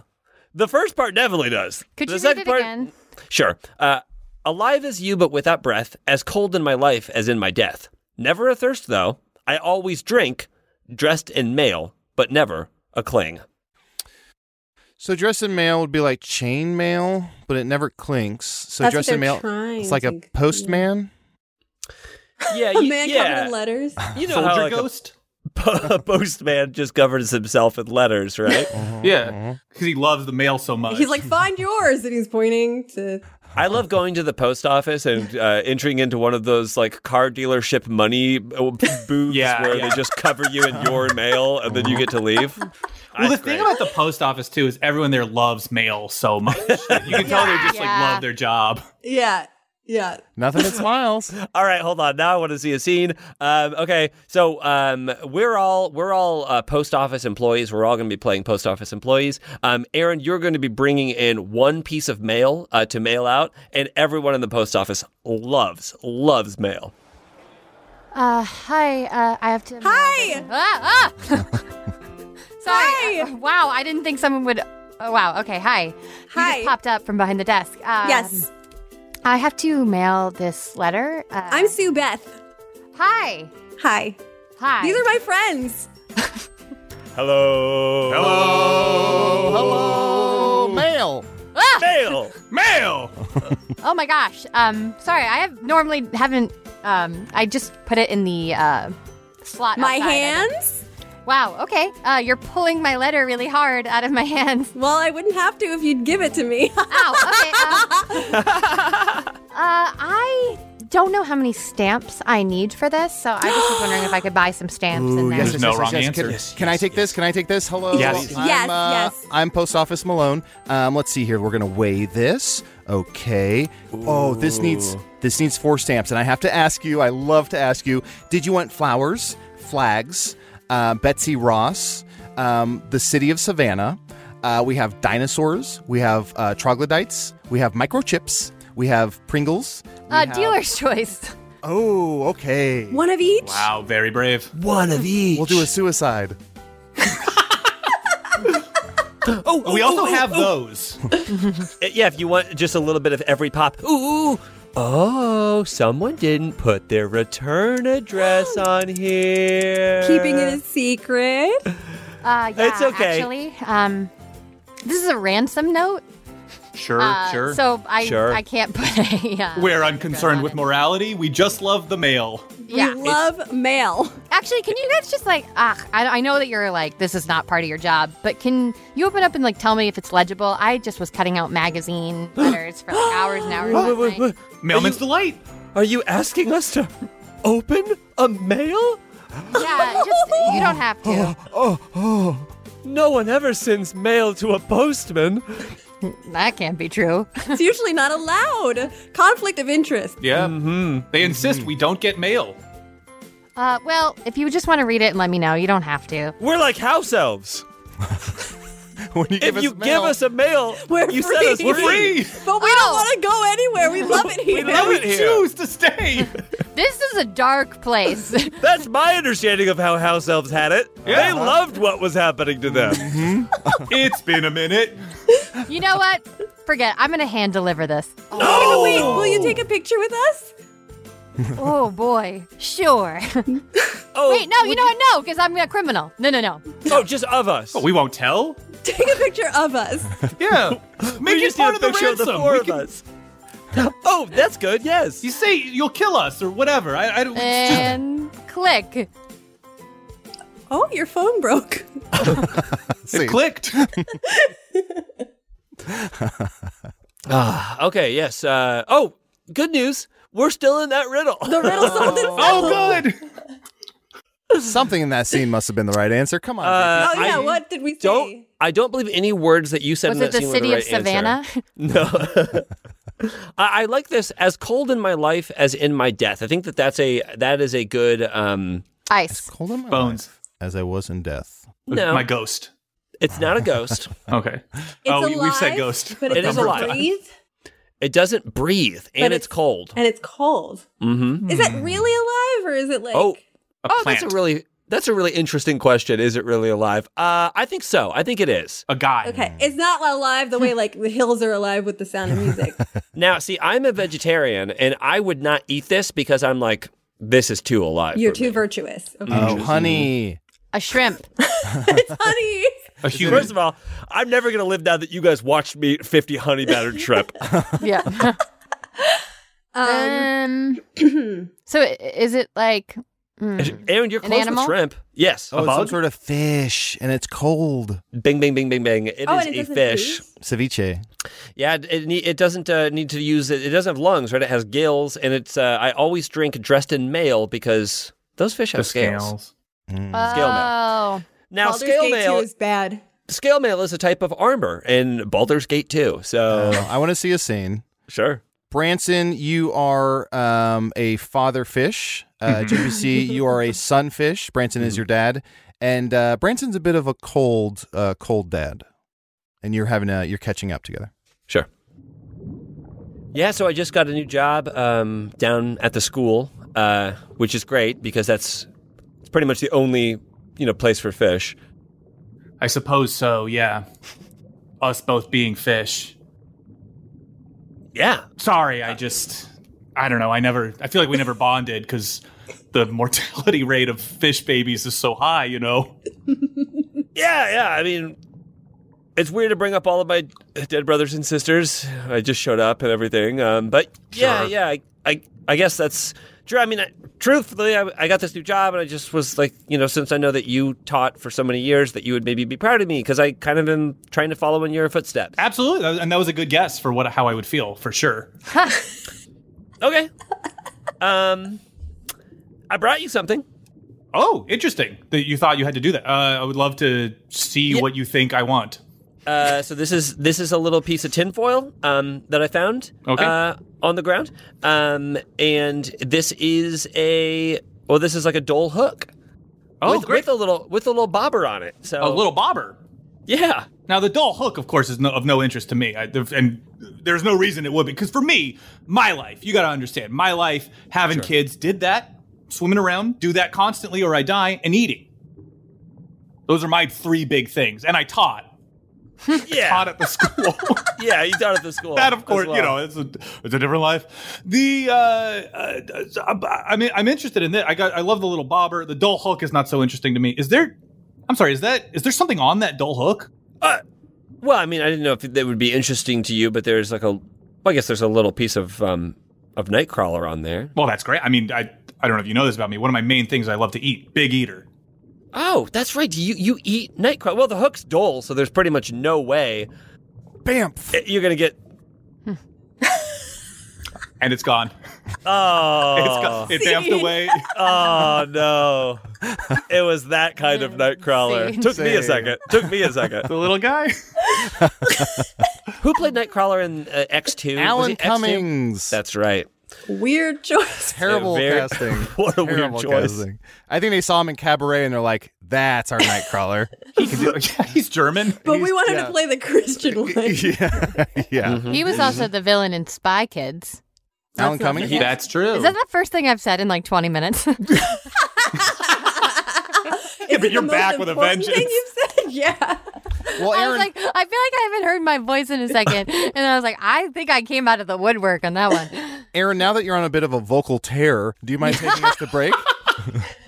Speaker 4: The first part definitely does.
Speaker 3: Could
Speaker 4: the
Speaker 3: you read
Speaker 4: second
Speaker 3: it
Speaker 4: part,
Speaker 3: again?
Speaker 4: Sure. Uh, alive as you, but without breath. As cold in my life as in my death. Never athirst, though. I always drink, dressed in male, but never a cling.
Speaker 2: So dress in mail would be like chain mail, but it never clinks. So
Speaker 7: That's what
Speaker 2: dress in
Speaker 7: they're
Speaker 2: mail.
Speaker 7: trying
Speaker 2: It's like a
Speaker 7: to-
Speaker 2: postman.
Speaker 4: Yeah,
Speaker 7: A
Speaker 4: you,
Speaker 7: man covered
Speaker 4: yeah.
Speaker 7: in letters.
Speaker 4: You know
Speaker 5: Soldier
Speaker 4: how like,
Speaker 5: Ghost?
Speaker 4: a postman just covers himself in letters, right?
Speaker 5: Yeah. Because he loves the mail so
Speaker 6: Oh,
Speaker 5: much.
Speaker 7: He's like, find yours, and he's pointing to.
Speaker 4: I love going to the post office and uh, entering into one of those like car dealership money uh, booths
Speaker 5: Yeah,
Speaker 4: where
Speaker 5: yeah.
Speaker 4: they just cover you in your mail and then you get to leave.
Speaker 5: well, the
Speaker 4: That's
Speaker 5: thing
Speaker 4: great.
Speaker 5: about the post office, too, is everyone there loves mail so much. you can tell they just
Speaker 3: Yeah.
Speaker 5: like love their job.
Speaker 7: Yeah, yeah.
Speaker 2: Nothing that smiles.
Speaker 4: all right, hold on. Now I want to see a scene. Um, okay, so um, we're all we're all uh, post office employees. We're all going to be playing post office employees. Um, Aaron, you're going to be bringing in one piece of mail uh, to mail out, and everyone in the post office loves loves mail.
Speaker 3: Uh, hi. Uh, I have to.
Speaker 7: Hi!
Speaker 3: Ah, ah! Sorry.
Speaker 7: Hi!
Speaker 3: Uh, wow, I didn't think someone would. Oh, wow. Okay. Hi. You
Speaker 7: Hi.
Speaker 3: just popped up from behind the desk. Um,
Speaker 7: Yes,
Speaker 3: I have to mail this letter. Uh,
Speaker 7: I'm Sue Beth.
Speaker 3: Hi.
Speaker 7: Hi.
Speaker 3: Hi.
Speaker 7: These are my friends.
Speaker 4: Hello,
Speaker 2: Hello, mail.
Speaker 4: mail.
Speaker 5: Mail!
Speaker 3: Oh my gosh. Um, sorry, I have normally haven't. Um, I just put it in the uh, slot. outside.
Speaker 7: My
Speaker 3: I don't-
Speaker 7: hands?
Speaker 3: Wow. Okay. Uh, you're pulling my letter really hard out of my hands.
Speaker 7: Well, I wouldn't have to if you'd give it to me.
Speaker 3: Ow. Oh, Okay. Uh, uh, I don't know how many stamps I need for this, so I just was wondering if I could buy some stamps. and then.
Speaker 5: There's no wrong
Speaker 2: Can,
Speaker 5: answer.
Speaker 2: can I take this? Can I take this? Hello.
Speaker 5: Yes.
Speaker 2: I'm,
Speaker 7: Yes,
Speaker 2: uh,
Speaker 7: yes.
Speaker 2: I'm post office Malone. Um, let's see here. We're gonna weigh this. Okay. Oh, this needs this needs four stamps, and I have to ask you. I love to ask you. Did you want flowers, flags, uh, Betsy Ross, um, the city of Savannah? Uh, we have dinosaurs. We have uh, troglodytes. We have microchips. We have Pringles. We
Speaker 3: Uh,
Speaker 2: have-
Speaker 3: dealer's choice.
Speaker 2: Oh, okay.
Speaker 7: One of each?
Speaker 5: Wow, very brave.
Speaker 4: One of each.
Speaker 2: We'll do a suicide.
Speaker 5: Oh, we also have those.
Speaker 4: eh, Uh, Yeah, if you want just a little bit of every pop. Ooh, ooh, oh, someone didn't put their return address on here.
Speaker 7: Keeping it a secret.
Speaker 3: Uh, yeah,
Speaker 4: It's okay.
Speaker 3: Actually, um, this is a ransom note.
Speaker 6: Sure,
Speaker 3: Uh,
Speaker 6: sure.
Speaker 3: So I
Speaker 4: Sure.
Speaker 3: I can't put a. Uh,
Speaker 6: We're unconcerned with morality. We just love the mail.
Speaker 3: Yeah.
Speaker 7: We love mail.
Speaker 3: Actually, can you guys just like, ah, I, I know that you're like, this is not part of your job, but can you open up and like tell me if it's legible? I just was cutting out magazine letters for like hours and hours.
Speaker 4: Wait,
Speaker 3: last
Speaker 4: wait,
Speaker 3: night.
Speaker 4: wait.
Speaker 6: Mailman's delight.
Speaker 4: Are you asking us to open a mail?
Speaker 3: Yeah, just you don't have to.
Speaker 4: No one ever sends mail to a postman.
Speaker 3: That can't be true.
Speaker 7: It's usually not allowed. Conflict of interest.
Speaker 6: Yeah. Mm-hmm. They insist we don't get mail.
Speaker 3: Uh, well, if you just want to read it and let me know, you don't have to.
Speaker 4: We're like house elves.
Speaker 2: when you give
Speaker 4: if
Speaker 2: us
Speaker 4: you
Speaker 2: mail-
Speaker 4: give us a mail,
Speaker 7: We're
Speaker 4: you set us
Speaker 7: free.
Speaker 6: We're free.
Speaker 7: But we
Speaker 3: Oh.
Speaker 7: don't want to go anywhere. We love it here.
Speaker 6: Now we
Speaker 4: it here.
Speaker 6: choose to stay.
Speaker 3: This is a dark place.
Speaker 4: That's my understanding of how house elves had it. They
Speaker 6: Yeah.
Speaker 4: loved what was happening to them. Mm-hmm.
Speaker 6: it's been a minute.
Speaker 3: you know what? Forget. it. I'm gonna hand deliver this.
Speaker 7: Wait, wait, will you take a picture with us?
Speaker 3: Oh boy. Sure.
Speaker 4: Oh,
Speaker 3: Wait, no, you know what? No, because I'm a criminal. No, no, no.
Speaker 4: oh, just of us.
Speaker 6: But we won't tell.
Speaker 7: Take a picture of us.
Speaker 6: Yeah. Make
Speaker 4: We
Speaker 6: it
Speaker 4: just need
Speaker 6: part
Speaker 4: a
Speaker 6: of the
Speaker 4: picture
Speaker 6: ransom.
Speaker 4: of the four
Speaker 6: We
Speaker 4: of
Speaker 6: can-
Speaker 4: us. Oh, that's good. Yes.
Speaker 6: You say you'll kill us or whatever. I, I don't. it's just-
Speaker 3: And click.
Speaker 7: Oh, your phone broke.
Speaker 6: it clicked.
Speaker 4: Ah, okay. Yes. Uh, oh, good news. We're still in that riddle.
Speaker 7: The riddle sold itself.
Speaker 6: oh, good.
Speaker 2: Something in that scene must have been the right answer. Come on.
Speaker 4: Uh,
Speaker 7: Oh, yeah,
Speaker 4: I
Speaker 7: what did we say?
Speaker 4: don't. I don't believe any words that you said
Speaker 3: Was
Speaker 4: in
Speaker 3: it
Speaker 4: that
Speaker 3: the
Speaker 4: scene were
Speaker 3: city of
Speaker 4: right answer.
Speaker 3: Savannah?
Speaker 4: No. I, I like this as cold in my life as in my death. I think that that's a that is a good um
Speaker 3: Ice.
Speaker 2: Hold on my
Speaker 6: Bones.
Speaker 2: life as I was in death.
Speaker 4: no.
Speaker 6: My ghost.
Speaker 4: it's not a ghost.
Speaker 6: Okay.
Speaker 7: It's
Speaker 6: oh, we,
Speaker 7: alive,
Speaker 6: we've said ghost.
Speaker 7: But
Speaker 6: a
Speaker 4: is
Speaker 7: it doesn't
Speaker 6: number of
Speaker 4: alive.
Speaker 6: times.
Speaker 7: breathe
Speaker 4: It doesn't breathe and
Speaker 7: But
Speaker 4: it's,
Speaker 7: it's-
Speaker 4: cold.
Speaker 7: and it's cold.
Speaker 4: Mm-hmm.
Speaker 7: Is
Speaker 6: Hmm.
Speaker 7: that really alive or is it like
Speaker 4: Oh,
Speaker 6: A
Speaker 4: oh,
Speaker 6: plant.
Speaker 4: that's a really that's a really interesting question. Is it really alive? Uh, I think so. I think it is.
Speaker 6: a guy.
Speaker 7: Okay, it's not alive the way like the hills are alive with the sound of music.
Speaker 4: Now, see, I'm a vegetarian and I would not eat this because I'm like, this is too alive.
Speaker 7: You're
Speaker 4: for
Speaker 7: too
Speaker 4: me.
Speaker 7: virtuous.
Speaker 6: Mm-hmm.
Speaker 7: Okay.
Speaker 2: Oh, honey.
Speaker 3: A shrimp.
Speaker 7: Honey,
Speaker 6: A human.
Speaker 4: First of all, I'm never gonna live now that you guys watched me eat 50 honey battered shrimp.
Speaker 3: yeah.
Speaker 7: um,
Speaker 3: Um. so i- is it like? mm,
Speaker 4: Aaron, you're
Speaker 3: An
Speaker 4: close
Speaker 3: animal?
Speaker 4: with shrimp. Yes.
Speaker 2: Oh, it's some
Speaker 6: bug?
Speaker 2: sort of fish, and it's cold.
Speaker 4: Bing, bing, bing, bing, bing. It is
Speaker 7: oh, and it
Speaker 4: a
Speaker 7: doesn't
Speaker 4: fish.
Speaker 7: breathe?
Speaker 2: Ceviche.
Speaker 4: Yeah, it it, need- it doesn't uh, need to use it. It doesn't have lungs, right? It has gills, and it's. Uh, I always drink dressed in mail because those fish have scales.
Speaker 2: Mm.
Speaker 4: Scale
Speaker 3: oh.
Speaker 4: Now,
Speaker 7: Baldur's
Speaker 4: scale
Speaker 7: Gate 2
Speaker 4: mail.
Speaker 7: is bad.
Speaker 4: Scale mail is a type of armor, and Baldur's Gate too.
Speaker 6: Oh.
Speaker 4: So
Speaker 2: Uh, I want to see a scene.
Speaker 4: sure.
Speaker 2: Branson, you are um, a father fish.
Speaker 6: Mm-hmm.
Speaker 2: Uh, GPC, you are a son fish. Branson is your dad, and uh, Branson's a bit of a cold, uh, cold dad. And you're having a, you're catching up together.
Speaker 4: Sure. Yeah, so I just got a new job um, down at the school, uh, which is great because that's it's pretty much the only you know place for fish.
Speaker 6: I suppose so. Yeah. Us both being fish.
Speaker 4: Yeah,
Speaker 6: Sorry, I just. I don't know. I never. I feel like we never bonded because the mortality rate of fish babies is so high. You know.
Speaker 4: yeah, yeah. I mean, it's weird to bring up all of my dead brothers and sisters. I just showed up and everything, um, but yeah,
Speaker 6: Sure.
Speaker 4: yeah. I, I I guess that's true. I mean, I, truthfully, I, I got this new job, and I just was like, you know, since I know that you taught for so many years, that you would maybe be proud of me because I kind of am trying to follow in your footsteps.
Speaker 6: Absolutely, and that was a good guess for what how I would feel for sure.
Speaker 4: Okay. Um, I brought you something.
Speaker 6: Oh, interesting that you thought you had to do that. Uh, I would love to see what you think I want.
Speaker 4: Uh, so this is this is a little piece of tinfoil um, that I found
Speaker 6: Okay.
Speaker 4: uh, on the ground, um, and this is a well, this is like a dole hook.
Speaker 6: Oh,
Speaker 4: with,
Speaker 6: great!
Speaker 4: with a little with a little bobber on it. So
Speaker 6: a little bobber.
Speaker 4: yeah.
Speaker 6: Now, the doll hook, of course, is no, of no interest to me, I, there- and there's no reason it would be. Because for me, my life, you got to understand, my life, having kids, did that, swimming around, do that constantly, or I die, and eating. Those are my three big things, and I taught.
Speaker 4: Yeah.
Speaker 6: taught at the school.
Speaker 4: yeah, he taught at the school.
Speaker 6: that, of
Speaker 4: as
Speaker 6: course,
Speaker 4: well.
Speaker 6: you know, it's a, it's a different life. The uh, uh, I mean, I'm interested in that. I got I love the little bobber. The dull hook is not so interesting to me. Is there? I'm sorry. Is that is there something on that dull hook?
Speaker 4: Well, I mean, I didn't know if that would be interesting to you, but there's like a, well, I guess there's a little piece of um of Nightcrawler on there.
Speaker 6: Well, Oh, that's great. I mean, I I don't know if you know this about me. One of my main things I love to eat. Big eater.
Speaker 4: Oh, that's right. You you eat Nightcrawler. Well, the hook's dull, so there's pretty much no way
Speaker 2: Bam.
Speaker 4: that you're gonna get.
Speaker 6: And it's gone.
Speaker 4: Oh,
Speaker 6: It's gone.
Speaker 7: Uh.
Speaker 6: It damped away.
Speaker 4: oh no! It was that kind of Nightcrawler.
Speaker 3: Scene.
Speaker 4: Took me a
Speaker 2: Scene.
Speaker 4: second. Took me a second.
Speaker 6: the little guy.
Speaker 4: Who played Nightcrawler in uh, X Two?
Speaker 2: Alan Cummings.
Speaker 4: That's right.
Speaker 7: Weird choice.
Speaker 2: terrible
Speaker 4: very-
Speaker 2: casting.
Speaker 4: What a
Speaker 2: terrible
Speaker 4: weird choice.
Speaker 2: casting. I think they saw him in Cabaret and they're like, "That's our Nightcrawler."
Speaker 6: He can do, yeah, he's German.
Speaker 7: But we wanted
Speaker 2: yeah.
Speaker 7: to play the Christian one.
Speaker 2: yeah, yeah.
Speaker 3: He was also the villain in Spy Kids.
Speaker 2: Alan Cummings.
Speaker 6: That's true.
Speaker 3: Is that the first thing I've said in like 20 minutes?
Speaker 7: Is
Speaker 6: but
Speaker 7: it
Speaker 6: you're
Speaker 7: the most
Speaker 6: back with a
Speaker 7: important thing
Speaker 6: vengeance.
Speaker 7: you've said? Yeah.
Speaker 2: Well,
Speaker 3: I
Speaker 2: Aaron,
Speaker 3: was like, I feel like I haven't heard my voice in a second. And I was like, I think I came out of the woodwork on that one.
Speaker 2: Aaron, now that you're on a bit of a vocal tear, do you mind taking us to break?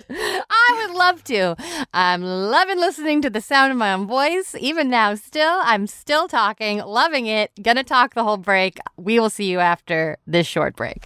Speaker 3: I would love to. I'm loving listening to the sound of my own voice. Even now, still, I'm still talking, loving it. Gonna talk the whole break. We will see you after this short break.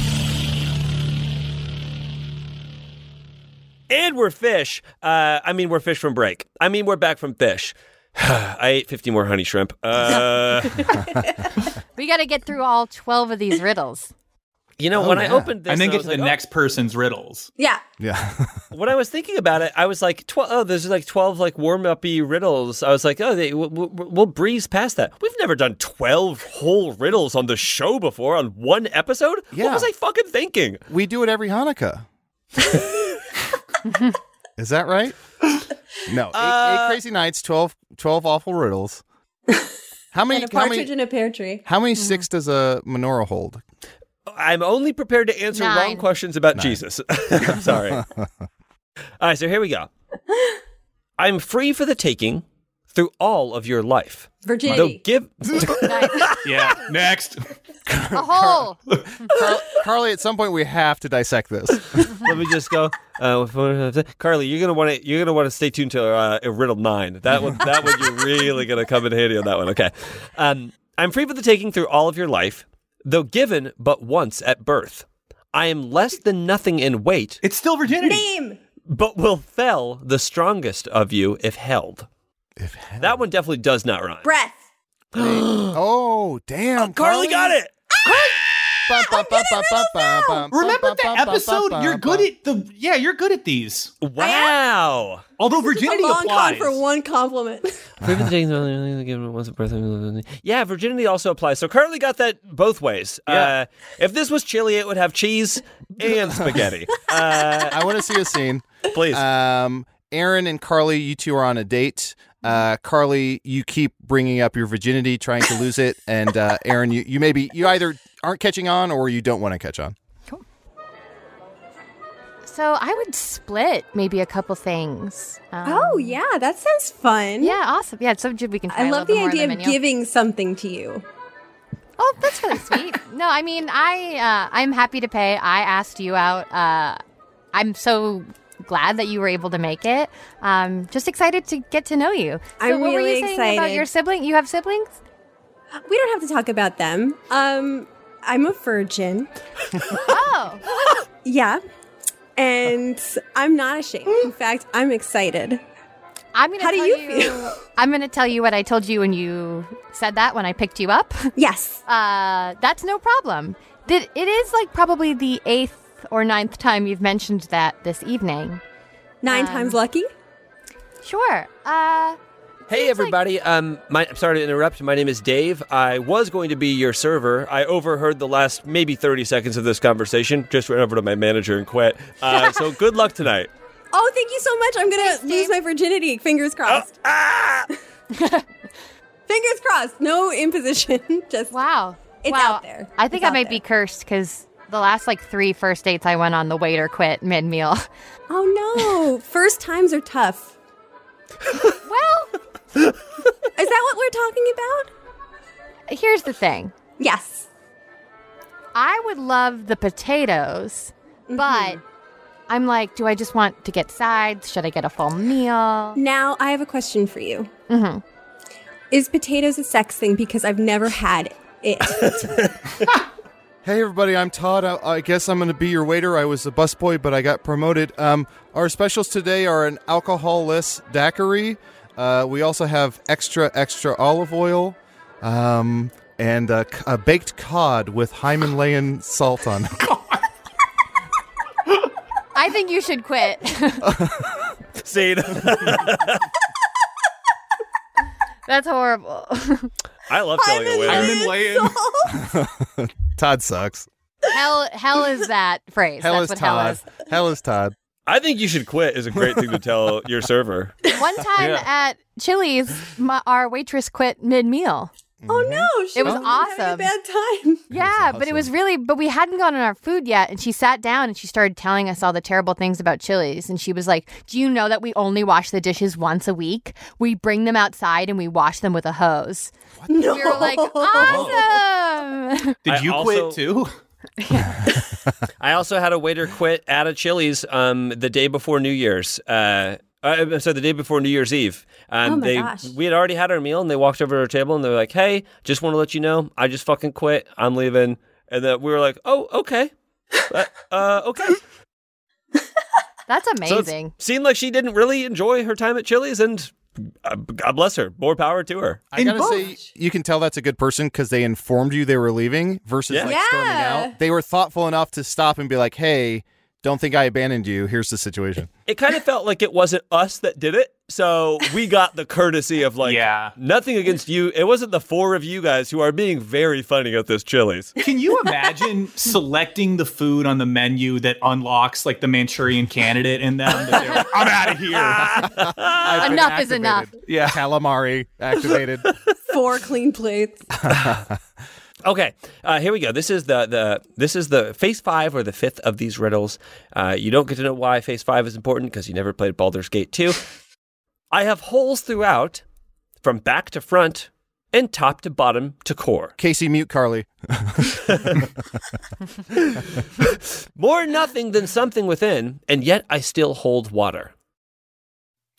Speaker 4: And we're fish. Uh, I mean, we're fish from break. I mean, we're back from fish. I ate 50 more honey shrimp. Uh,
Speaker 3: We got to get through all 12 of these riddles.
Speaker 4: You know,
Speaker 2: Oh,
Speaker 4: when I
Speaker 2: yeah.
Speaker 4: opened this,
Speaker 6: and then
Speaker 4: I
Speaker 6: get
Speaker 4: was
Speaker 6: to
Speaker 4: like,
Speaker 6: the
Speaker 4: oh.
Speaker 6: next person's riddles.
Speaker 7: Yeah.
Speaker 2: Yeah.
Speaker 4: when I was thinking about it, I was like, tw- oh, there's like 12 like warm uppy riddles. I was like, oh, they, w- w- we'll breeze past that. We've never done 12 whole riddles on the show before on one episode. What
Speaker 2: Yeah.
Speaker 4: was I fucking thinking?
Speaker 2: we do it every Hanukkah. Is that right? No. Eight- eight, crazy nights, 12, 12 awful riddles. How many?
Speaker 7: And a
Speaker 2: how
Speaker 7: partridge
Speaker 2: many?
Speaker 7: in a pear tree.
Speaker 2: How many sticks does a menorah hold?
Speaker 4: I'm only prepared to answer wrong
Speaker 3: Nine.
Speaker 4: questions about Jesus. I'm sorry. All right, so here we go. I'm free for the taking through all of your life. Though
Speaker 7: Virginity.
Speaker 4: give
Speaker 6: Yeah. next.
Speaker 3: A hole.
Speaker 2: Car- Carly, at some point we have to dissect this.
Speaker 4: let me just go. Uh, Carly, you're gonna want to you're gonna want to stay tuned to uh, riddle nine. That one that one you're really gonna come in handy on that one. Okay, um, I'm free for the taking through all of your life, though given but once at birth. I am less than nothing in weight,
Speaker 6: It's still virginity.
Speaker 7: Name.
Speaker 4: but will fell the strongest of you if held.
Speaker 2: If hell-
Speaker 4: That one definitely does not rhyme.
Speaker 7: Breath.
Speaker 2: oh damn!
Speaker 4: Carly got it.
Speaker 6: Remember the episode? You're good at the yeah. You're good at these.
Speaker 4: Wow.
Speaker 6: Although
Speaker 7: A
Speaker 6: virginity
Speaker 7: long con
Speaker 6: applies.
Speaker 7: for one compliment.
Speaker 4: Free for the taking through all of your life, given but once at birth. Yeah, virginity also applies. So Carly got that both ways. Uh, if this was chili, it would have cheese and spaghetti. Uh,
Speaker 2: I want to see a scene.
Speaker 4: please.
Speaker 2: Um, Aaron and Carly, you two are on a date. Uh, Carly, you keep bringing up your virginity, trying to lose it, and uh, Aaron, you, you maybe you either aren't catching on or you don't want to catch on.
Speaker 3: So I would split maybe a couple things. Um,
Speaker 7: oh yeah, that sounds fun.
Speaker 3: Yeah, awesome. Yeah, it's something we can. Try
Speaker 7: I
Speaker 3: a little
Speaker 7: love the
Speaker 3: bit more on
Speaker 7: idea of
Speaker 3: menu.
Speaker 7: giving something to you.
Speaker 3: Oh, that's really sweet. no, I mean, I uh, I'm happy to pay. I asked you out. Uh, I'm so glad that you were able to make it. Um, just excited to get to know you. So
Speaker 7: I'm
Speaker 3: what were
Speaker 7: really
Speaker 3: you saying about
Speaker 7: excited.
Speaker 3: your sibling? You have siblings?
Speaker 7: We don't have to talk about them. Um, I'm a virgin.
Speaker 3: Oh,
Speaker 7: Yeah. And I'm not ashamed. In fact, I'm excited.
Speaker 3: I'm gonna.
Speaker 7: How do
Speaker 3: tell
Speaker 7: you feel?
Speaker 3: I'm gonna tell you what I told you when you said that when I picked you up.
Speaker 7: Yes.
Speaker 3: Uh, that's no problem. Did, it is like probably the eighth or ninth time you've mentioned that this evening.
Speaker 7: Nine times lucky.
Speaker 3: Sure. Uh,
Speaker 4: hey everybody. Um, my, I'm sorry to interrupt. My name is Dave. I was going to be your server. I overheard the last maybe 30 seconds of this conversation. Just went over to my manager and quit. Uh, so good luck tonight.
Speaker 7: Oh, thank you so much. I'm going to lose my virginity. Fingers crossed. Fingers crossed. No imposition. Just
Speaker 3: wow.
Speaker 7: It's
Speaker 3: Wow.
Speaker 7: out there.
Speaker 3: I think
Speaker 7: It's
Speaker 3: I
Speaker 7: out
Speaker 3: might be
Speaker 7: there.
Speaker 3: cursed because the last like three first dates I went on, the waiter quit mid meal.
Speaker 7: Oh no. First times are tough.
Speaker 3: well,
Speaker 7: Is that what we're talking about?
Speaker 3: here's the thing.
Speaker 7: Yes.
Speaker 3: I would love the potatoes,
Speaker 7: Mm-hmm.
Speaker 3: but I'm like, do I just want to get sides? Should I get a full meal?
Speaker 7: Mm-hmm. Now I have a question for you. Mm-hmm. Is potatoes a sex thing? Because I've never had it.
Speaker 2: Hey everybody, I'm Todd. I, I guess I'm going to be your waiter. I was a busboy, but I got promoted. Um, our specials today are an alcohol-less daiquiri. Uh, we also have extra extra olive oil, um, and a, c- a baked cod with Himalayan salt on. it.
Speaker 3: I think you should quit.
Speaker 4: See,
Speaker 3: That's horrible.
Speaker 4: I love telling a waiter.
Speaker 6: I'm in laying.
Speaker 2: Todd sucks.
Speaker 3: hell, hell is that phrase.
Speaker 2: Hell
Speaker 3: That's
Speaker 2: is
Speaker 3: what hell
Speaker 2: Todd.
Speaker 3: is.
Speaker 2: Hell is Todd.
Speaker 4: I think you should quit is a great thing to tell your server.
Speaker 3: One time at Chili's, my, our waitress quit mid meal.
Speaker 7: oh
Speaker 4: Mm-hmm.
Speaker 7: no. She
Speaker 3: It was
Speaker 7: must have been having a bad time.
Speaker 3: Yeah, but it was really, but we hadn't gotten our food yet. And she sat down and she started telling us all the terrible things about Chili's. And she was like, Do you know that we only wash the dishes once a week? We bring them outside and we wash them with a hose.
Speaker 7: No.
Speaker 3: We were like, Awesome.
Speaker 6: Did
Speaker 4: I
Speaker 6: you
Speaker 4: also-
Speaker 6: quit too?
Speaker 4: I also had a waiter quit at a Chili's um, the day before New Year's. Uh, uh, so the day before New Year's Eve, um,
Speaker 7: Oh my
Speaker 4: they
Speaker 7: gosh.
Speaker 4: we had already had our meal, and they walked over to our table, and they were like, "Hey, just want to let you know, I just fucking quit. I'm leaving." And then we were like, "Oh, okay, uh, uh, okay."
Speaker 3: That's
Speaker 4: So it
Speaker 3: amazing.
Speaker 4: seemed like she didn't really enjoy her time at Chili's, and uh, God bless her. More power to her.
Speaker 2: I gotta say, you can tell that's a good person because they informed you they were leaving versus
Speaker 4: Yeah.
Speaker 2: like storming
Speaker 7: Yeah.
Speaker 2: out. They were thoughtful enough to stop and be like, "Hey, don't think I abandoned you. Here's the situation."
Speaker 4: It kind of felt like it wasn't us that did it. So we got the courtesy of like,
Speaker 6: Yeah.
Speaker 4: nothing against you. It wasn't the four of you guys who are being very funny at this Chili's.
Speaker 6: Can you imagine selecting the food on the menu that unlocks like the Manchurian candidate in them? That they're like, I'm out of here.
Speaker 2: I've been
Speaker 3: Enough is enough.
Speaker 2: activated. Yeah, calamari activated.
Speaker 7: Four clean plates.
Speaker 4: Okay, uh, here we go. This is the, the this is the phase five or the fifth of these riddles. Uh, you don't get to know why phase five is important because you never played Baldur's Gate two. I have holes throughout, from back to front, and top to bottom to core.
Speaker 2: Casey, mute Carly.
Speaker 4: More nothing than something within, and yet I still hold water.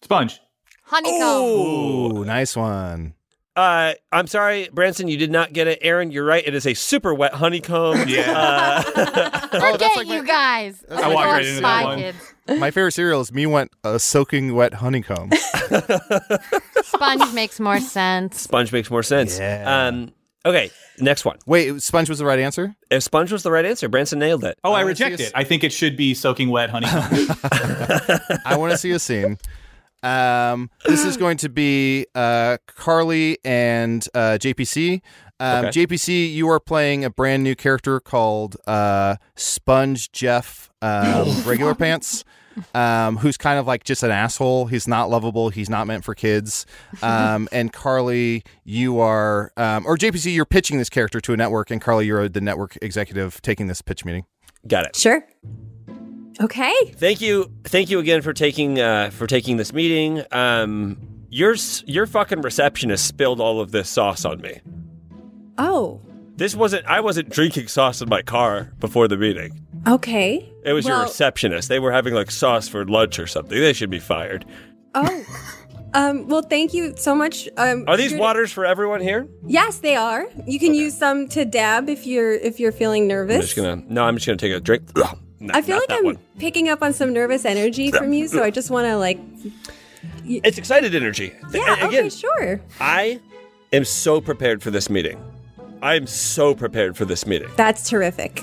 Speaker 6: Sponge.
Speaker 3: Honeycomb.
Speaker 2: Ooh, nice one.
Speaker 4: Uh, I'm sorry, Branson, you did not get it. Aaron, you're right. It is a super wet honeycomb. Uh, Yeah.
Speaker 3: Forget you guys.
Speaker 2: I
Speaker 3: Oh,
Speaker 6: walked right
Speaker 3: it's
Speaker 6: into
Speaker 3: Spy
Speaker 6: that one.
Speaker 3: Kids.
Speaker 2: My favorite cereal is me went a soaking wet honeycomb.
Speaker 3: Sponge makes more sense.
Speaker 4: sponge makes more sense.
Speaker 2: Yeah.
Speaker 4: Um, okay, next one.
Speaker 2: Wait, sponge was the right answer.
Speaker 4: If sponge was the right answer, Branson nailed it.
Speaker 6: Oh, I
Speaker 2: Uh,
Speaker 6: reject
Speaker 2: it's-
Speaker 6: it. I think it should be soaking wet honey.
Speaker 2: I want to see a scene. Um, this is going to be uh, Carly and uh, JPC. Um, JPC, you are playing a brand new character called uh, Sponge Jeff um, Regular Pants, um, who's kind of like just an asshole. He's not lovable. He's not meant for kids. Um, and Carly, you are, um, or JPC, you're pitching this character to a network, and Carly, you're the network executive taking this pitch meeting.
Speaker 4: Got it.
Speaker 7: Sure. Okay.
Speaker 4: Thank you, thank you again for taking uh, for taking this meeting. Um, your s- your fucking receptionist spilled all of this sauce on me.
Speaker 7: Oh.
Speaker 4: This wasn't. I wasn't drinking sauce in my car before the meeting.
Speaker 7: Okay.
Speaker 4: It was your
Speaker 7: Well-
Speaker 4: receptionist. They were having like sauce for lunch or something. They should be fired.
Speaker 7: Oh. um, well, thank you so much. Um,
Speaker 4: Are these
Speaker 7: you're-
Speaker 4: waters for everyone here?
Speaker 7: Yes, they are. You can use some to dab if you're if you're feeling nervous.
Speaker 4: I'm just gonna. No, I'm just gonna take a drink. Not-
Speaker 7: I feel
Speaker 4: not
Speaker 7: like
Speaker 4: that
Speaker 7: I'm
Speaker 4: one.
Speaker 7: picking up on some nervous energy from you, so I just want to like,
Speaker 4: It's excited energy.
Speaker 7: yeah,
Speaker 4: A- again,
Speaker 7: okay, sure.
Speaker 4: I am so prepared for this meeting. I am so prepared for this meeting.
Speaker 7: That's terrific.